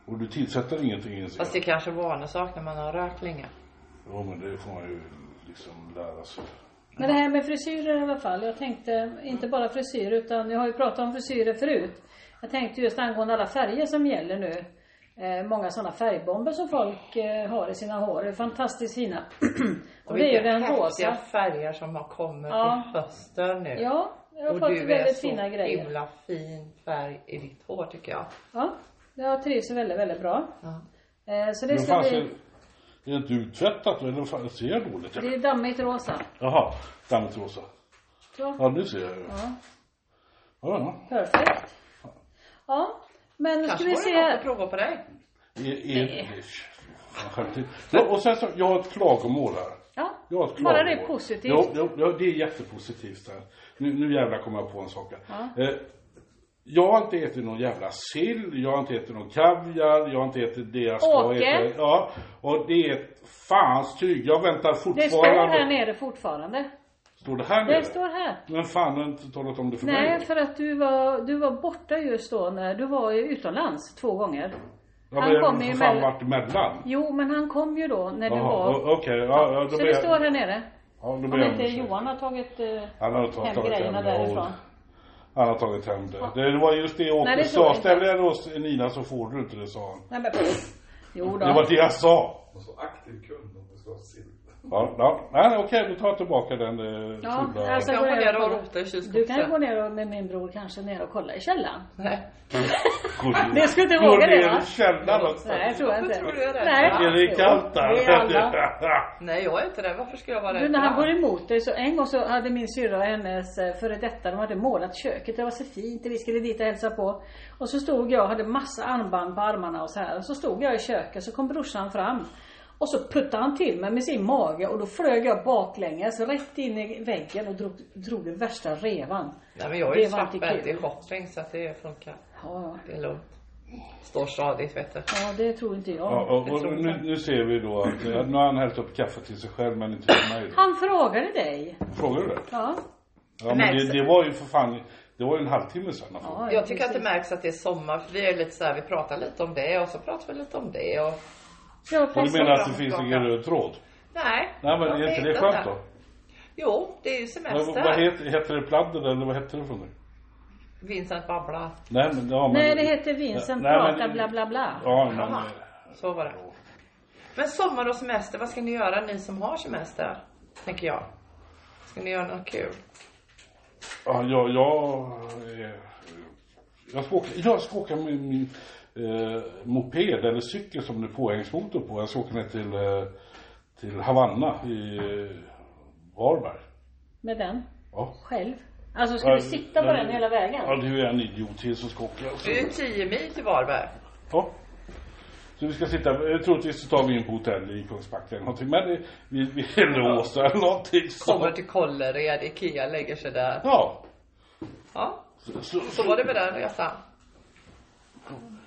Speaker 2: Och du tillsätter ingenting i en cigarr.
Speaker 3: Fast det kanske var en sak när man har rökt länge.
Speaker 2: Ja men det får man ju liksom lära sig.
Speaker 1: Men det här med frisyrer i alla fall. Jag tänkte, inte bara frisyr utan jag har ju pratat om frisyrer förut. Jag tänkte just angående alla färger som gäller nu. Eh, många sådana färgbomber som folk eh, har i sina hår. Det är fantastiskt fina. och det är ju
Speaker 3: vilka
Speaker 1: den
Speaker 3: häftiga
Speaker 1: rosa.
Speaker 3: färger som har kommit
Speaker 1: Ja.
Speaker 3: på hösten nu.
Speaker 1: Ja, jag har
Speaker 3: och
Speaker 1: fått
Speaker 3: du är
Speaker 1: väldigt
Speaker 3: så
Speaker 1: fina grejer.
Speaker 3: himla fin färg i ditt hår tycker jag.
Speaker 1: Ja, jag trivs väldigt, väldigt bra.
Speaker 3: Ja.
Speaker 1: Eh, så det
Speaker 2: Men
Speaker 1: ska
Speaker 2: fan,
Speaker 1: bli...
Speaker 2: ser, är det inte uttvättat eller fan, ser jag dåligt?
Speaker 1: Det
Speaker 2: eller?
Speaker 1: är dammigt rosa.
Speaker 2: Jaha, dammigt rosa.
Speaker 1: Så.
Speaker 2: Ja nu ser jag ju.
Speaker 1: Ja,
Speaker 2: Ja,
Speaker 1: perfekt. Ja, men nu ska
Speaker 3: Kanske
Speaker 1: vi
Speaker 3: var
Speaker 1: se
Speaker 3: det något att
Speaker 1: här.
Speaker 3: prova på dig.
Speaker 2: ja. Är- är- Fan, skämt. E- Ja, Och sen så, jag har ett klagomål här.
Speaker 1: Ja,
Speaker 2: Jag har ett
Speaker 1: bara det
Speaker 2: klagomål.
Speaker 1: är positivt.
Speaker 2: Ja, ja, ja, det är jättepositivt. Här. Nu, nu jävlar kommer jag på en sak. här. Eh, jag har inte ätit någon jävla sill, jag har inte ätit någon kaviar, jag har inte ätit det jag ska
Speaker 1: Åke?
Speaker 2: äta. Ja, och det är ett Fans tyg, jag väntar
Speaker 1: Det står här
Speaker 2: fortfarande.
Speaker 1: nere fortfarande.
Speaker 2: Står det här nere?
Speaker 1: Det står här.
Speaker 2: Men fan, du har inte talat om det för
Speaker 1: Nej,
Speaker 2: mig.
Speaker 1: för att du var, du var borta just då när du var ju utomlands två gånger. han
Speaker 2: Ja, men jag har
Speaker 1: kommer
Speaker 2: ju
Speaker 1: ju
Speaker 2: för fan
Speaker 1: med-
Speaker 2: varit emellan.
Speaker 1: Jo, men han kom ju då när du
Speaker 2: Jaha,
Speaker 1: var...
Speaker 2: o- okej. Ja, ja, då
Speaker 1: Så
Speaker 2: ber
Speaker 1: det
Speaker 2: jag-
Speaker 1: står här nere.
Speaker 2: ja, då ber
Speaker 1: Om
Speaker 2: jag
Speaker 1: inte
Speaker 2: om ursäkt.
Speaker 1: Johan har tagit eh,
Speaker 2: Han har tagit,
Speaker 1: hem
Speaker 2: tagit
Speaker 1: grejerna
Speaker 2: hem det.
Speaker 1: därifrån.
Speaker 2: Han har tagit hem det. Det var just det Åke
Speaker 1: Nej, det tror
Speaker 2: sa.
Speaker 1: jag inte.
Speaker 2: Ställ dig hos Nina så får du inte det, sa han.
Speaker 1: Nej, men... pff. Jo då.
Speaker 2: Det var det jag sa.
Speaker 5: Och så aktiv kund om det ska vara silver.
Speaker 2: Ja, ja. Nej, nej, okej, då tar jag tillbaka den eh,
Speaker 1: Ja,
Speaker 2: fulla-
Speaker 1: alltså,
Speaker 3: Jag
Speaker 1: går
Speaker 3: går
Speaker 1: jag
Speaker 3: ner och
Speaker 1: på-
Speaker 3: rotar i
Speaker 1: Du kan ju gå
Speaker 3: kylskåpet.
Speaker 1: ner och, med min bror kanske ner och kolla i källaren.
Speaker 3: Nej.
Speaker 2: Gå-
Speaker 1: Det skulle inte
Speaker 2: gå
Speaker 1: våga
Speaker 2: ner
Speaker 1: det va?
Speaker 2: i källaren också.
Speaker 1: Nej, jag tror jag
Speaker 3: Varför
Speaker 1: inte.
Speaker 3: tror du jag är rädd?
Speaker 1: Nej.
Speaker 2: Är det kallt där?
Speaker 1: Jo, det är alla.
Speaker 3: Nej, jag är inte rädd. Varför ska jag vara rädd?
Speaker 1: Du, när
Speaker 3: för
Speaker 1: han
Speaker 3: det?
Speaker 1: går emot dig så en gång så hade min syrra och hennes eh, före detta, de hade målat köket. Det var så fint vi skulle dit och hälsa på. Och så stod jag, hade massa armband på armarna och så här. Och så stod jag i köket så kom brorsan fram. Och så puttade han till mig med sin mage och då flög jag baklänges rätt in i väggen och drog, drog den värsta revan.
Speaker 3: Nej, men jag är ju
Speaker 1: Det var inte
Speaker 3: svartbälte i
Speaker 1: kul.
Speaker 3: shopping så att det funkar.
Speaker 1: Ja,
Speaker 3: Det är lugnt. Står stadigt vet du.
Speaker 1: ja det tror inte jag.
Speaker 2: Ja, och, och nu, nu ser vi då att eh, nu har han hällt upp kaffe till sig själv men inte till mig.
Speaker 1: Han frågade dig.
Speaker 2: Frågar du det?
Speaker 1: Ja.
Speaker 2: Ja, men det, det var ju för fan, det var ju en halvtimme sedan. han frågade.
Speaker 1: ja
Speaker 3: Jag tycker att det
Speaker 1: precis.
Speaker 3: märks att det är sommar för vi är lite så här, vi pratar lite om det och så pratar vi lite om det och
Speaker 1: Ja,
Speaker 2: Och
Speaker 1: precis.
Speaker 2: du menar att det finns ingen röd tråd?
Speaker 3: nej.
Speaker 2: Nej men
Speaker 3: jag
Speaker 2: är inte det
Speaker 3: vet
Speaker 2: skönt då?
Speaker 3: Jo, det är ju
Speaker 2: Men,
Speaker 3: semester.
Speaker 2: vad heter, heter det pladder eller vad heter det för något?
Speaker 3: Vincent babbla.
Speaker 2: Nej men, ja, men
Speaker 1: Nej, det heter Vincent
Speaker 2: Nej, men-
Speaker 1: prata bla bla bla.
Speaker 2: Ja men,
Speaker 3: Jaha. Så var det. Men sommar och semester, vad ska ni göra ni som har semester? Tänker jag. Ska ni göra något kul?
Speaker 2: ja, jag, jag, eh, jag, ska åka, jag ska åka med min eh, moped eller cykel som det är påhängsmotor på. Jag ska åka ner till, eh, till Havanna i eh, Varberg.
Speaker 1: Med den.
Speaker 2: Ja.
Speaker 1: Själv? Alltså ska du sitta på
Speaker 2: Men-
Speaker 1: den hela
Speaker 2: Ja,
Speaker 1: vägen?
Speaker 2: det är ju en idiot till som ska åka. också.
Speaker 3: Det är ju 10 mil till Varberg.
Speaker 2: Ja. Så vi ska sitta, eh, troligtvis så tar vi in på hotell i Kungsbacka eller någonting. Men det, vi, vi låser eller någonting. så-
Speaker 3: Kommer till Kållered, Ikea lägger sig där.
Speaker 2: Ja.
Speaker 3: Ja,
Speaker 2: Så, så,
Speaker 3: så var det med den resan.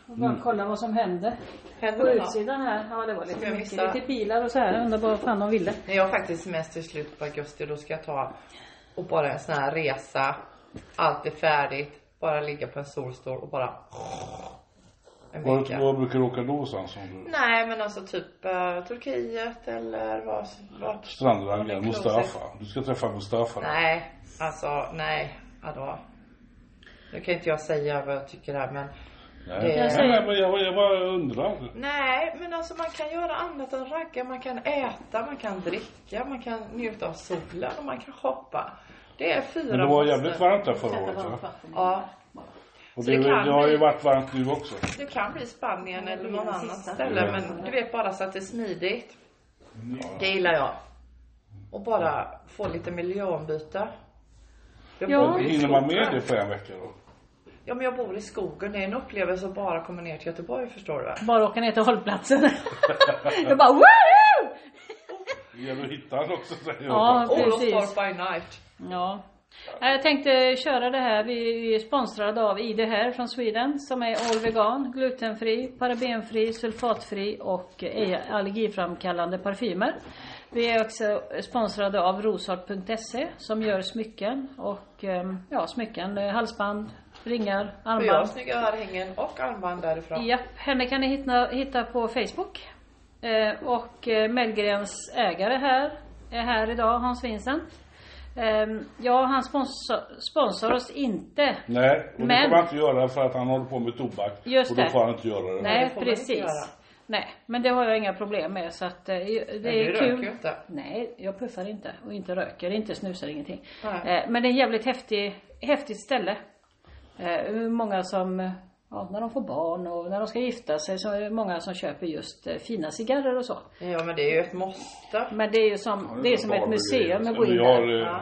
Speaker 1: Bara
Speaker 2: Mm.
Speaker 1: kolla vad som hände.
Speaker 3: Händer
Speaker 1: På
Speaker 3: det något?
Speaker 1: utsidan här, ja det var
Speaker 3: Ska
Speaker 1: lite
Speaker 3: jag
Speaker 1: mycket.
Speaker 3: missa?
Speaker 1: Lite bilar och så här. Undrar bara vad fan de ville.
Speaker 3: När jag har faktiskt semester i slutet på augusti då ska jag ta och bara en sån här resa. Allt är färdigt. Bara ligga på en solstol och bara en
Speaker 2: Var,
Speaker 3: vecka.
Speaker 2: var brukar du åka då sen? Som du?
Speaker 3: Nej men alltså typ eh, Turkiet eller vad, vad
Speaker 2: Strandrangen,
Speaker 3: Inclusive.
Speaker 2: Mustafa. Du ska träffa Mustafa.
Speaker 3: Nej, alltså nej. Vadå? Nu kan inte jag säga vad jag tycker här men
Speaker 2: Nej.
Speaker 3: Det-
Speaker 2: Nej, nej, men jag, jag bara undrar.
Speaker 3: Nej, men alltså man kan göra annat än ragga. Man kan äta, man kan dricka, man kan njuta av solen och man kan shoppa. Det är fyra
Speaker 2: Men det var
Speaker 3: måsten.
Speaker 2: jävligt varmt där förra
Speaker 1: Sätta
Speaker 2: året
Speaker 1: varmt
Speaker 2: va?
Speaker 1: vatten i.
Speaker 3: Ja,
Speaker 2: Och
Speaker 3: Så
Speaker 2: det,
Speaker 3: det kan
Speaker 2: det har ju
Speaker 3: bli-
Speaker 2: varit varmt nu också.
Speaker 3: det kan bli Spanien
Speaker 1: Det
Speaker 3: eller
Speaker 1: blir
Speaker 3: någon
Speaker 1: den
Speaker 3: annan
Speaker 1: sista.
Speaker 3: ställe.
Speaker 2: Ja.
Speaker 3: Men du vet bara så att det är smidigt. Det gillar jag. Och bara få lite miljöombyte. Jag
Speaker 1: Ja.
Speaker 3: bor i
Speaker 2: Hinner man med
Speaker 3: skogen.
Speaker 2: det på en vecka då?
Speaker 3: Ja, men jag bor i skogen. Det är en upplevelse att bara komma ner till Göteborg, förstår du. va?
Speaker 1: Bara åka ner till hållplatsen. jag bara woohoo!
Speaker 2: Det gäller att hitta den också säger
Speaker 1: Ja.
Speaker 2: jag.
Speaker 1: Precis.
Speaker 3: Olofstorp by night.
Speaker 1: Ja. Nej, Jag tänkte köra det här. Vi vi är sponsrade av ID här från Sweden som är all vegan, glutenfri, parabenfri, sulfatfri och ej allergiframkallande parfymer. Vi är också sponsrade av rosart.se E, som gör smycken och ehm, ja, smycken, eh, halsband, ringar,
Speaker 3: Och jag har
Speaker 1: armband.
Speaker 3: snygga örhängen och armband därifrån.
Speaker 1: Ja, henne kan ni hitta, hitta på Facebook. Eh, och eh, Mellgrens ägare här är här idag, Hans Vincent. Eh, ja, han sponsor, sponsrar oss inte.
Speaker 2: Nej, och det
Speaker 1: Men-
Speaker 2: får man inte göra för att han håller på med tobak.
Speaker 1: Just
Speaker 2: och då
Speaker 1: det.
Speaker 2: får han inte göra det.
Speaker 1: Nej,
Speaker 3: det får man inte göra.
Speaker 1: precis. Nej, men det har jag inga problem med så att eh, det
Speaker 3: Men
Speaker 1: är
Speaker 3: du
Speaker 1: kul.
Speaker 3: röker ju inte.
Speaker 1: Nej, jag puffar inte och inte röker, inte snusar, ingenting.
Speaker 3: Nej.
Speaker 1: Eh, Men det är ett jävligt häftig, häftigt ställe. Eh, hur Många som, eh, ja, när de får barn och när de ska gifta sig så är det många som köper just eh, fina cigarrer och så.
Speaker 3: Ja men det är ju ett måste.
Speaker 1: Men det är ju som, det är som ett museum att gå in
Speaker 2: Vi har
Speaker 1: där.
Speaker 2: eh,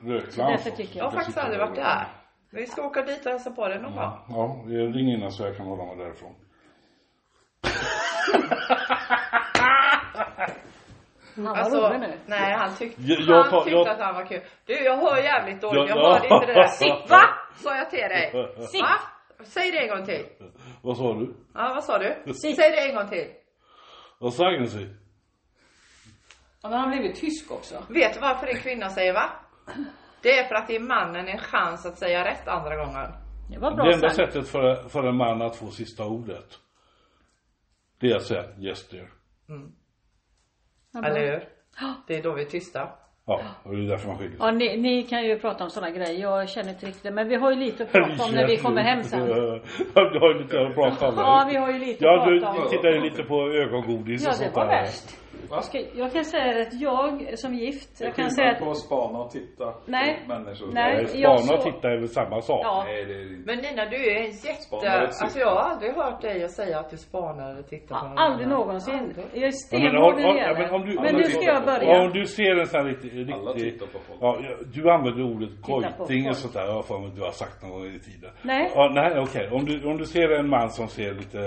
Speaker 1: Så
Speaker 2: rökland.
Speaker 1: därför tycker
Speaker 3: Jag har
Speaker 1: jag.
Speaker 3: faktiskt aldrig varit där. Vi ska åka dit och hälsa på dig någon gång.
Speaker 2: typ Ja, ring innan så jag kan hålla mig därifrån.
Speaker 1: Han var
Speaker 3: Alltså,
Speaker 1: rolig nu.
Speaker 3: nej han tyckte,
Speaker 2: Jag- jag
Speaker 3: han
Speaker 2: tar-
Speaker 3: tyckte
Speaker 2: jag-
Speaker 3: att han var kul. Du jag hör jävligt dåligt, jag
Speaker 2: Jag-
Speaker 3: hörde inte det där.
Speaker 2: Ja.
Speaker 3: Sitt va? Sa jag till dig.
Speaker 1: Sitt.
Speaker 3: Va? Säg det en gång till.
Speaker 2: Vad sa du?
Speaker 3: Ja vad sa du?
Speaker 1: Sitt.
Speaker 3: Säg det en gång till.
Speaker 2: Vad sa Agency?
Speaker 1: Ja, men han har blivit tysk också.
Speaker 3: Vet du varför en kvinna säger va? Det är för att det är mannen en chans att säga rätt andra gången.
Speaker 1: Det var
Speaker 2: Det
Speaker 1: bra
Speaker 2: enda
Speaker 1: sagt.
Speaker 2: sättet för, för en man att få sista ordet. Det är att säga yes dear.
Speaker 1: Ja, bra.
Speaker 3: Eller hur? Det är då vi är tysta.
Speaker 2: Ja, och det är därför man skiljer sig.
Speaker 1: Ja, ni, ni kan ju prata om sådana grejer. Jag känner inte riktigt det. Men vi har ju lite att prata om när vi kommer hem sen.
Speaker 2: Ja, du har ju lite att prata om.
Speaker 1: Ja, vi har ju lite
Speaker 2: Ja,
Speaker 1: att
Speaker 2: du
Speaker 1: prata om.
Speaker 2: tittar ju lite på ögongodis
Speaker 1: Ja,
Speaker 2: och
Speaker 1: det
Speaker 2: sånt
Speaker 1: var
Speaker 2: där.
Speaker 1: värst. Jag, ska, jag kan säga att jag som gift, jag kan
Speaker 4: Skillnad
Speaker 1: säga att...
Speaker 4: på att spana och titta på
Speaker 1: Nej.
Speaker 4: människor.
Speaker 1: Nej.
Speaker 2: Nej,
Speaker 1: jag
Speaker 2: Spana Eh, och
Speaker 1: såg-
Speaker 2: titta är väl samma sak?
Speaker 1: Ja,
Speaker 4: Nej, det är det inte.
Speaker 3: Men Nina, du är en
Speaker 4: Spanar
Speaker 3: jätte...
Speaker 4: ett syfte.
Speaker 3: Alltså jag har aldrig hört dig säga att du spanar eller tittar på någon
Speaker 1: aldrig
Speaker 3: annan.
Speaker 1: någonsin.
Speaker 3: Aldrig.
Speaker 1: Jag är
Speaker 2: Ja, men
Speaker 1: stenhård
Speaker 2: om-
Speaker 1: när
Speaker 2: om-
Speaker 1: det
Speaker 2: ja, men om
Speaker 1: gäller.
Speaker 2: du-
Speaker 1: Men
Speaker 2: om
Speaker 1: nu
Speaker 2: du-
Speaker 1: ska jag
Speaker 2: Ja, om
Speaker 1: börja.
Speaker 2: du ser en sån här riktig... riktig
Speaker 5: Alla tittar på folk.
Speaker 2: Ja, ja, du använder ordet
Speaker 1: på
Speaker 2: kojting och
Speaker 1: folk.
Speaker 2: sånt där. Jag har för mig att du har sagt någon gång i tiden.
Speaker 1: Nej.
Speaker 2: Ja, nej, okej. Om, du, om du ser en man som ser lite...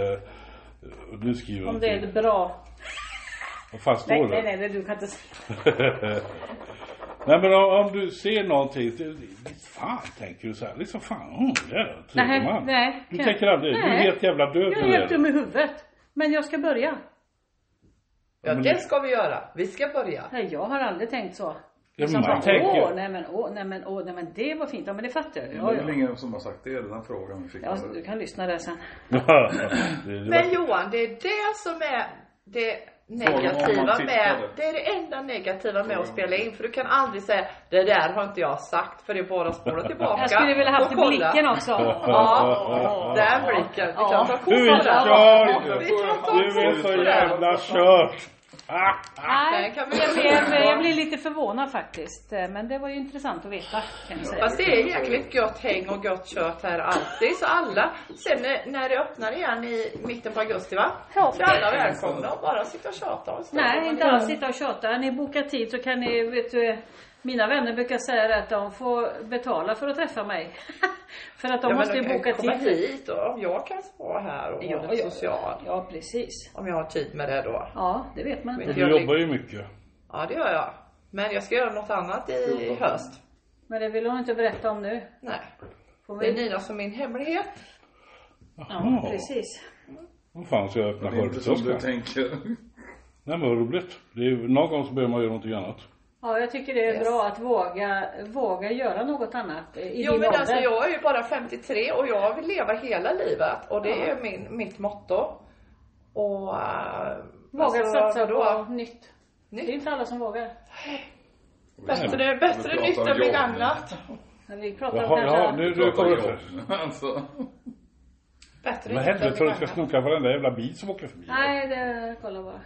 Speaker 2: Du skriver
Speaker 1: Om det är ett bra...
Speaker 2: Vad fan står
Speaker 1: Nej,
Speaker 2: det?
Speaker 1: nej, nej, det du kan inte säga.
Speaker 2: Nej men om, om du ser någonting, det- det- fan tänker du så här, liksom fan, mm, det är en trevlig
Speaker 1: Nej,
Speaker 2: man.
Speaker 1: nej.
Speaker 2: Du tänker aldrig, du är
Speaker 1: Nej.
Speaker 2: helt jävla död
Speaker 1: Jag
Speaker 2: när
Speaker 1: är
Speaker 2: det
Speaker 1: helt
Speaker 2: gäller.
Speaker 1: dum i huvudet. Men jag ska börja.
Speaker 3: Ja,
Speaker 2: Men-
Speaker 3: det ska vi göra. Vi ska börja.
Speaker 1: Nej, jag har aldrig tänkt så.
Speaker 2: Ja,
Speaker 1: Liksom
Speaker 2: man
Speaker 1: bara,
Speaker 2: tänker-
Speaker 1: åh, nej men, åh, nej men, åh, nej men det var fint. Ja, men det fattar jag.
Speaker 4: Det är
Speaker 1: Ja,
Speaker 4: väl
Speaker 1: ja.
Speaker 4: ingen som har sagt det, den här frågan vi fick.
Speaker 1: Ja, du kan lyssna där sen.
Speaker 2: Det är det
Speaker 3: Men
Speaker 2: värsta.
Speaker 3: Johan, det är det som är det
Speaker 4: Fråga om
Speaker 3: negativa
Speaker 4: man
Speaker 3: med...
Speaker 4: tittade.
Speaker 3: Det är det enda negativa med att spela in. För du kan aldrig säga det där har inte jag sagt. För det är bara att spola tillbaka
Speaker 1: Jag skulle vilja haft
Speaker 3: och kolla.
Speaker 1: blicken också.
Speaker 3: Ja, den blicken. Vi kan
Speaker 1: Ja.
Speaker 3: ta kort på
Speaker 2: Du är
Speaker 3: den.
Speaker 2: körd!
Speaker 3: Vi kan ta
Speaker 2: Du är
Speaker 3: kort
Speaker 2: så
Speaker 3: på den.
Speaker 2: jävla körd! Ah,
Speaker 1: Nej,
Speaker 3: Den kan vi
Speaker 1: jag blev, jag blev lite förvånad faktiskt. eh, Men det var ju intressant att veta kan jag säga.
Speaker 3: Fast det är jäkligt gött häng och gött kört här alltid. Så alla, sen när- när det öppnar igen i mitten på augusti va?
Speaker 1: Ja.
Speaker 3: Så är alla välkomna och bara sitta och tjata och stå.
Speaker 1: Nej, inte alls sitta och tjata. Ni bokar tid så kan ni, vet du, mina vänner brukar säga det att de får betala för att träffa mig. för att de
Speaker 3: Ja, men
Speaker 1: måste ju
Speaker 3: kan
Speaker 1: boka
Speaker 3: komma
Speaker 1: tid.
Speaker 3: hit och om jag kan vara här och
Speaker 1: Ja,
Speaker 3: vara lite
Speaker 1: ja.
Speaker 3: social.
Speaker 1: Ja, precis.
Speaker 3: Om jag har tid med det då.
Speaker 1: Ja, det vet man
Speaker 3: Men-
Speaker 1: inte.
Speaker 2: Du jobbar ju mycket.
Speaker 3: Ja, det gör jag. Men jag ska göra något annat i höst.
Speaker 1: Men det vill hon inte berätta om nu.
Speaker 3: Nej.
Speaker 1: Får
Speaker 3: Det är
Speaker 1: vi...
Speaker 3: Nina som min hemlighet.
Speaker 1: Ja, precis.
Speaker 2: Vad fan ska jag öppna
Speaker 4: Det är inte som du
Speaker 2: skördetröskan?
Speaker 4: tänker.
Speaker 2: Nej men vad roligt. Det är, ju- någon gång så behöver man göra någonting annat.
Speaker 1: Ja, jag tycker det är
Speaker 3: Yes.
Speaker 1: bra att våga, våga göra något annat eh, i
Speaker 3: Jo
Speaker 1: din
Speaker 3: men
Speaker 1: ålder.
Speaker 3: alltså jag är ju bara 53 och jag vill leva hela livet och det är min, mitt motto. Och... eh,
Speaker 1: Våga
Speaker 3: alltså,
Speaker 1: satsa
Speaker 3: vadå?
Speaker 1: på nytt. Det är
Speaker 3: Nytt.
Speaker 1: inte alla som vågar.
Speaker 3: Bättre, bättre
Speaker 4: Vi
Speaker 3: nytt
Speaker 4: pratar
Speaker 3: än
Speaker 4: jobb.
Speaker 3: begagnat.
Speaker 1: Men vi pratar om
Speaker 2: Jaha,
Speaker 1: kanske...
Speaker 2: ja, nu, nu kommer det.
Speaker 4: Alltså.
Speaker 3: Bättre
Speaker 2: Men
Speaker 3: nytt än
Speaker 2: helvete vad du ska
Speaker 3: begagnat.
Speaker 2: snoka varenda jävla bil som åker förbi.
Speaker 1: Nej, det kolla bara.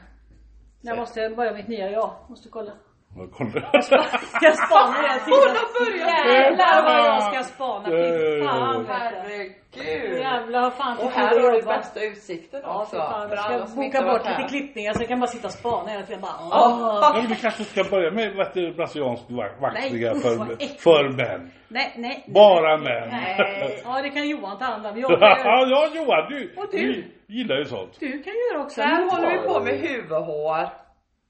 Speaker 1: Jag måste börja mitt nya jag. Måste kolla.
Speaker 2: Vad kollar-
Speaker 1: Jag spanar hela
Speaker 3: Hon
Speaker 1: tiden.
Speaker 3: har börjat!
Speaker 1: Jävlar vad jag ska spana. Fy fan vet du.
Speaker 3: Herregud!
Speaker 1: Jävlar vad fan
Speaker 3: Och
Speaker 1: tycker
Speaker 3: här
Speaker 1: du
Speaker 3: har du
Speaker 1: jobba?
Speaker 3: bästa utsikten
Speaker 1: Ja,
Speaker 3: också.
Speaker 1: fy fan.
Speaker 3: För
Speaker 1: Jag ska
Speaker 3: alla som inte
Speaker 1: boka
Speaker 3: har
Speaker 1: bort
Speaker 3: varit
Speaker 1: lite
Speaker 3: här.
Speaker 1: klippningar så jag kan bara sitta och spana hela tiden. Bara,
Speaker 3: Ja.
Speaker 1: åh.
Speaker 2: Ja, men du kanske ska börja med vet du, brasiliansk va- vaxningar
Speaker 1: Nej, usch, vad
Speaker 2: för,
Speaker 1: äckligt.
Speaker 2: för män.
Speaker 1: Nej, nej. nej.
Speaker 2: Bara män.
Speaker 3: Nej.
Speaker 1: Ja, det kan Johan ta hand om. Jag kan-
Speaker 2: ja, Johan, du,
Speaker 1: Och du?
Speaker 2: du gillar ju sånt.
Speaker 1: Du kan göra också.
Speaker 3: Där håller vi på med huvudhår.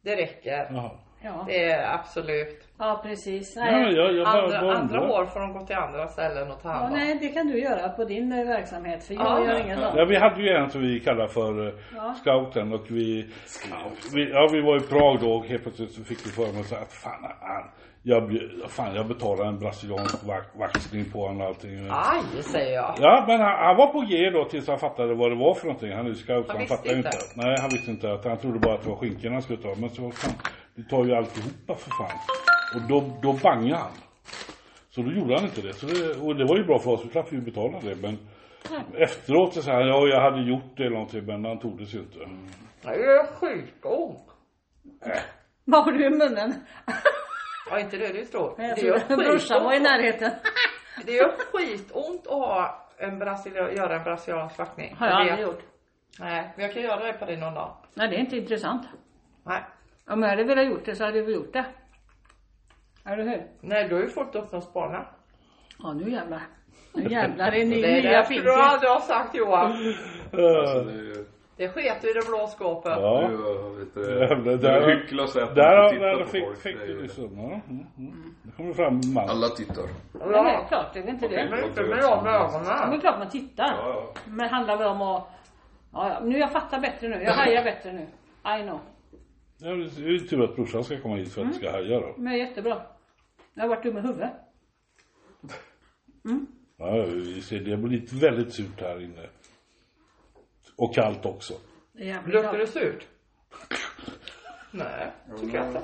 Speaker 3: Det räcker.
Speaker 2: Jaha.
Speaker 1: Ja,
Speaker 3: Det är absolut.
Speaker 1: ja precis.
Speaker 2: Ja, men
Speaker 1: Nej.
Speaker 2: jag, jag bara,
Speaker 3: Andra,
Speaker 2: bara
Speaker 3: andra
Speaker 2: undrar.
Speaker 3: hår får de gå till andra ställen och ta
Speaker 1: Ja,
Speaker 3: hand om.
Speaker 1: nej, det kan du göra på din eh, verksamhet. För jag
Speaker 3: Ja.
Speaker 1: gör inget
Speaker 2: Ja,
Speaker 1: av
Speaker 2: vi hade ju en som vi kallar för eh,
Speaker 1: Ja.
Speaker 2: scouten och vi, vi, ja, vi var i Prag då och helt plötsligt så fick vi för oss att fan, ah, jag, blir- fan jag betalar en brasiliansk va- vaxning på honom och allting.
Speaker 3: Ah, Aj, säger jag.
Speaker 2: Ja, men han, han var på G då tills han fattade vad det var för någonting. Han är ju scout, så
Speaker 3: Han
Speaker 2: han
Speaker 3: visste
Speaker 2: fattade
Speaker 3: inte.
Speaker 2: inte. Nej, han visste inte. Att, han trodde bara att det var skinkorna han skulle ta. Men så, vad fan, det tar ju alltihopa för fan. Och då, då bangade han. Så då gjorde han inte det. Så det. Och det var ju bra för oss, vi slapp ju betala det. Men
Speaker 3: Mm.
Speaker 2: efteråt så sa han, ja jag hade gjort det eller någonting, men han tog det sig inte.
Speaker 3: Jag är sjukdom.
Speaker 1: Vad har du i munnen?
Speaker 3: Ja, inte det du tror. Det
Speaker 1: Nej, jag
Speaker 3: är
Speaker 1: trodde brorsan var i
Speaker 3: skitont.
Speaker 1: närheten.
Speaker 3: Det är skitont att ha en brasili- göra en brasiliansk vaktning.
Speaker 1: Har jag aldrig gjort.
Speaker 3: Nej, men jag kan göra det på dig någon dag.
Speaker 1: Nej, det är inte intressant.
Speaker 3: Nej.
Speaker 1: Om jag hade velat gjort det så hade vi gjort det. Eller hur?
Speaker 3: Nej, du har ju fått upp någon spana.
Speaker 1: Ja, nu jävlar. Nu jävlar är ni
Speaker 3: Det är
Speaker 1: nya
Speaker 3: det du
Speaker 1: fint.
Speaker 3: aldrig har sagt Johan.
Speaker 4: Alltså, det är ju...
Speaker 3: Det sket du i det blå skåpet.
Speaker 2: Ja.
Speaker 4: Du har lite...
Speaker 2: Jävlar,
Speaker 4: du
Speaker 2: där-
Speaker 4: hycklar sig att
Speaker 2: Där,
Speaker 4: du
Speaker 2: har-
Speaker 4: inte tittar
Speaker 2: där
Speaker 4: på
Speaker 2: fick,
Speaker 4: folk.
Speaker 2: fick
Speaker 4: Det är
Speaker 2: du
Speaker 4: ju
Speaker 2: liksom. Ja, mm, mm. Nu kommer det fram en man.
Speaker 5: Alla tittar.
Speaker 1: Ja, det är klart. Det är väl inte
Speaker 4: Okej.
Speaker 1: det.
Speaker 3: Men inte med de
Speaker 1: Det är
Speaker 3: ögonen.
Speaker 1: klart man tittar.
Speaker 4: Ja,
Speaker 1: Men det handlar väl om att... Ja, ja. Nu jag fattar bättre nu. Jag hajar bättre nu. I know.
Speaker 2: Ja, det är ju tur att brorsan ska komma hit för att vi ska haja då.
Speaker 1: Men jättebra. Jag har varit dum i huvudet.
Speaker 2: Ja, vi ser, det har blivit väldigt surt här inne. Och kallt också.
Speaker 1: Det är jävligt
Speaker 3: Luktar det
Speaker 1: kallt.
Speaker 3: surt? Nej, tycker jag inte.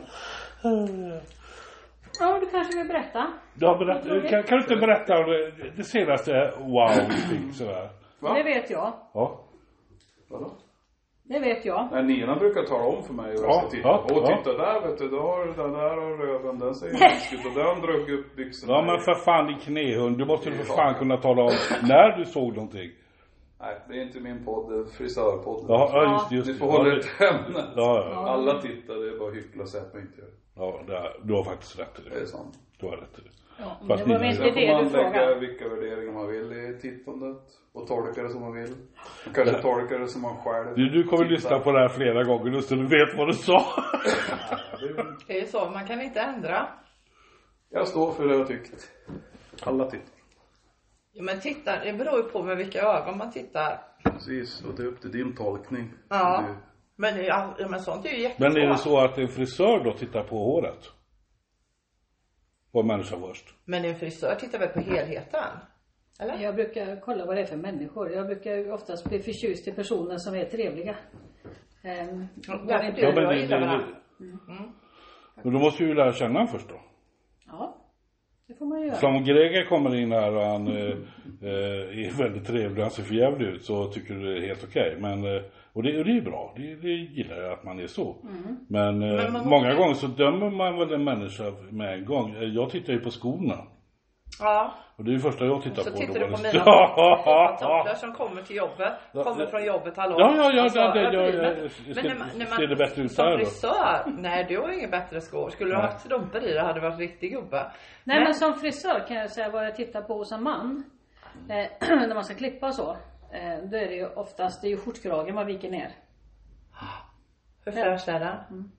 Speaker 1: Ja, du kanske vill berätta?
Speaker 2: Ja, berätta, kan, kan du inte berätta om det, det senaste wow ting sådär?
Speaker 4: Va?
Speaker 1: Det vet jag.
Speaker 2: Ja.
Speaker 4: Vadå?
Speaker 1: Det vet jag.
Speaker 4: Nej, Nina brukar tala om för mig hur jag
Speaker 2: Ja,
Speaker 4: ska titta.
Speaker 2: ja,
Speaker 4: Åh,
Speaker 2: ja.
Speaker 4: titta där vet du. Då har du den där och röven. Den ser läskig ut. Och den drog upp byxorna.
Speaker 2: Ja men för fan din knähund, du måste ju för fan kunna tala om när du såg någonting.
Speaker 4: Nej, det är inte min podd. Det är frisörpodden.
Speaker 2: Ja, ja just det, just det.
Speaker 4: Ni får hålla
Speaker 2: Ja,
Speaker 4: er till ämnet.
Speaker 2: Ja, ja,
Speaker 4: Alla tittar. Det är bara hyckla och säga att man inte gör det.
Speaker 2: ja det- du har faktiskt rätt i
Speaker 4: Det är
Speaker 2: det.
Speaker 4: sant.
Speaker 2: Du har rätt i det.
Speaker 1: Ja, men
Speaker 2: Fast
Speaker 1: det
Speaker 2: ni-
Speaker 1: var väl
Speaker 2: Sen
Speaker 1: inte
Speaker 4: Sen
Speaker 1: det du
Speaker 4: får man lägga
Speaker 1: frågade.
Speaker 4: vilka värderingar man vill i tittandet. Och tolka det som man vill. Man kanske tolkar det som man själv
Speaker 2: Du, du kommer
Speaker 4: tittar.
Speaker 2: lyssna på det här flera gånger nu så du vet vad du sa.
Speaker 3: Det är ju så, man kan inte ändra.
Speaker 4: Jag står för det jag tyckt. Alla tittar.
Speaker 3: Ja, men titta, det beror ju på med vilka ögon man tittar.
Speaker 4: Precis, och det är upp till din tolkning.
Speaker 3: Ja.
Speaker 4: Du-
Speaker 3: Men, det är ju all- ja, men sånt är ju jättebra.
Speaker 2: Mm. Men är det så att en frisör då tittar på håret? På en människa först?
Speaker 3: Men en frisör tittar väl på helheten? Eller?
Speaker 1: Jag brukar kolla vad det är för människor. Jag brukar ju oftast bli förtjust i personer som är trevliga. Ehm, jag vet
Speaker 3: Därför
Speaker 1: inte-
Speaker 3: tycker
Speaker 2: men
Speaker 3: jag
Speaker 2: det-
Speaker 3: illa
Speaker 2: det-
Speaker 3: varandra. Mm.
Speaker 2: Men då måste du ju lära känna honom först då.
Speaker 1: Ja, det får man ju göra.
Speaker 2: Som Greger kommer in här och han eh, eh, är väldigt trevlig, han ser för jävlig ut så tycker du det är helt okej. Men, eh, och, det, och det är bra, det, det gillar jag att man är så. Men, eh,
Speaker 3: Mm. Men man-
Speaker 2: många gånger så dömer man väl en människa med en gång. Eh, Jag tittar ju på skorna.
Speaker 3: Ja.
Speaker 2: Och det är det första jag tittar
Speaker 3: Så
Speaker 2: på.
Speaker 3: tittar
Speaker 2: då
Speaker 3: du
Speaker 2: var
Speaker 3: på
Speaker 2: det-
Speaker 3: mina tofflor som kommer till jobbet,
Speaker 2: Ja,
Speaker 3: kommer
Speaker 2: ja.
Speaker 3: från jobbet, hallå.
Speaker 2: Ja, ja, ja,
Speaker 3: Alltså,
Speaker 2: det- det-
Speaker 3: jag
Speaker 2: jag-
Speaker 3: bryr mig
Speaker 2: jag-
Speaker 3: inte.
Speaker 2: jag
Speaker 3: Men
Speaker 2: ska-
Speaker 3: när man, när
Speaker 2: ser
Speaker 3: man
Speaker 2: det bättre ut här
Speaker 3: som
Speaker 2: då?
Speaker 3: frisör, nej du har ju inga bättre skor. Skulle du ha haft strumpor i det hade du varit riktig gubbe.
Speaker 1: Nej men som frisör kan jag säga vad jag tittar på som man. Eh, när man ska klippa och så. Eh, då är det ju oftast, det är ju skjortkragen man viker ner.
Speaker 3: Hur fräsch är den?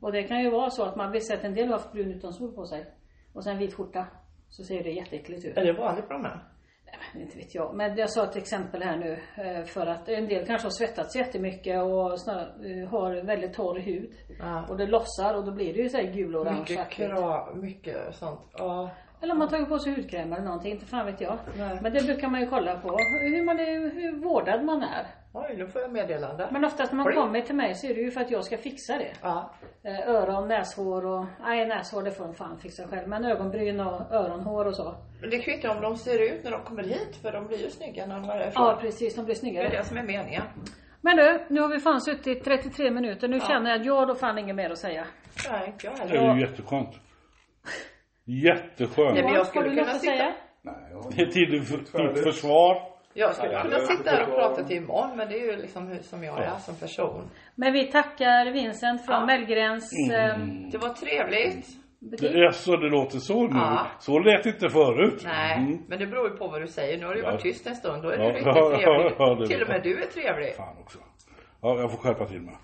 Speaker 1: Och det kan ju vara så att man visst sett en del har haft brun utan sol på sig. Och sen vit skjorta. Så ser det jätteäckligt ut.
Speaker 3: Är det vanligt på de här?
Speaker 1: Nej, men inte vet jag. Men jag sa ett exempel här nu. eh, För att en del kanske har svettats jättemycket och snarare, eh, har väldigt torr hud.
Speaker 3: Ja.
Speaker 1: Och det lossar och då blir det ju så här gul och orange.
Speaker 3: Mycket
Speaker 1: aktigt.
Speaker 3: krav, mycket sånt. Ja.
Speaker 1: Eller om man tagit på sig hudkräm eller någonting, inte fan vet jag.
Speaker 3: Nej.
Speaker 1: Men det brukar man ju kolla på, hur, man är, hur vårdad man är.
Speaker 3: Oj, nu får jag meddelande.
Speaker 1: Men oftast när man
Speaker 3: Oj.
Speaker 1: kommer till mig så är det ju för att jag ska fixa det.
Speaker 3: Ja.
Speaker 1: Eh, Öron, näshår och... Nej, näshår det får de fan fixa själv. Men ögonbryn och öronhår och så.
Speaker 3: Men det kvittar om de ser ut när de kommer hit för de blir ju snygga när de är därifrån.
Speaker 1: Ja, precis. De blir
Speaker 3: Det är
Speaker 1: snyggare.
Speaker 3: det som är meningen.
Speaker 1: Men du, nu har vi fan suttit 33 minuter. Nu känner jag att jag har då fan inget mer att säga.
Speaker 3: Nej, inte jag
Speaker 2: Det är
Speaker 3: heller.
Speaker 2: ju jätteskönt. Jätteskönt.
Speaker 3: Ja, men jag skulle
Speaker 1: har du något
Speaker 3: kunna
Speaker 1: att
Speaker 3: sitta-
Speaker 1: säga?
Speaker 4: Nej, jag har
Speaker 2: Det är
Speaker 4: inte.
Speaker 2: till ditt ditt försvar.
Speaker 3: Jag skulle kunna
Speaker 4: det-
Speaker 3: sitta här och prata till imorgon men det är ju liksom hur som jag är som person.
Speaker 1: Men vi tackar Vincent från
Speaker 3: Ja.
Speaker 1: Mellgrens... ehm,
Speaker 2: Mm.
Speaker 3: Det var trevligt.
Speaker 1: butik.
Speaker 2: Det, så det låter så nu.
Speaker 3: Ja.
Speaker 2: Så lät det inte förut.
Speaker 3: Nej,
Speaker 2: Mm.
Speaker 3: men det beror ju på vad du säger. Nu har du ju
Speaker 2: Ja.
Speaker 3: varit tyst en stund. Då är du
Speaker 2: Ja.
Speaker 3: riktigt
Speaker 2: Ja,
Speaker 3: trevlig.
Speaker 2: ja, det
Speaker 3: Till och
Speaker 2: vet
Speaker 3: med
Speaker 2: jag.
Speaker 3: du är trevlig.
Speaker 2: Fan också. Ja, jag får skärpa till mig.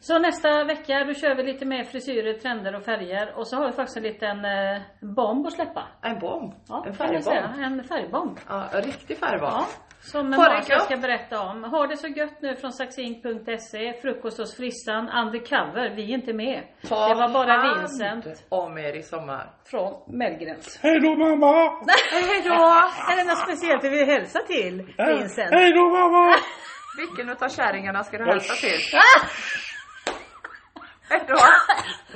Speaker 1: Så nästa vecka då kör vi lite mer frisyrer, trender och färger. Och så har vi faktiskt en liten eh, bomb att släppa.
Speaker 3: En bomb.
Speaker 1: Ja,
Speaker 3: en
Speaker 1: kan man säga.
Speaker 3: färgbomb.
Speaker 1: En färgbomb.
Speaker 3: Ja, en riktig färgbomb.
Speaker 1: Ja, som
Speaker 3: Ha det
Speaker 1: Marcus
Speaker 3: gött.
Speaker 1: ska berätta om. Ha det så gött nu från saxink.se. Frukost hos frissan. Undercover. Vi är inte med.
Speaker 3: Ta
Speaker 1: det var bara
Speaker 3: hand
Speaker 1: Vincent
Speaker 3: om er i sommar.
Speaker 1: från Mellgrens.
Speaker 2: Hej då mamma!
Speaker 1: Nej då! Är det något speciellt du vill hälsa till Vincent?
Speaker 2: Hej då mamma!
Speaker 3: Vilken utav kärringarna ska du hälsa till? Hej då!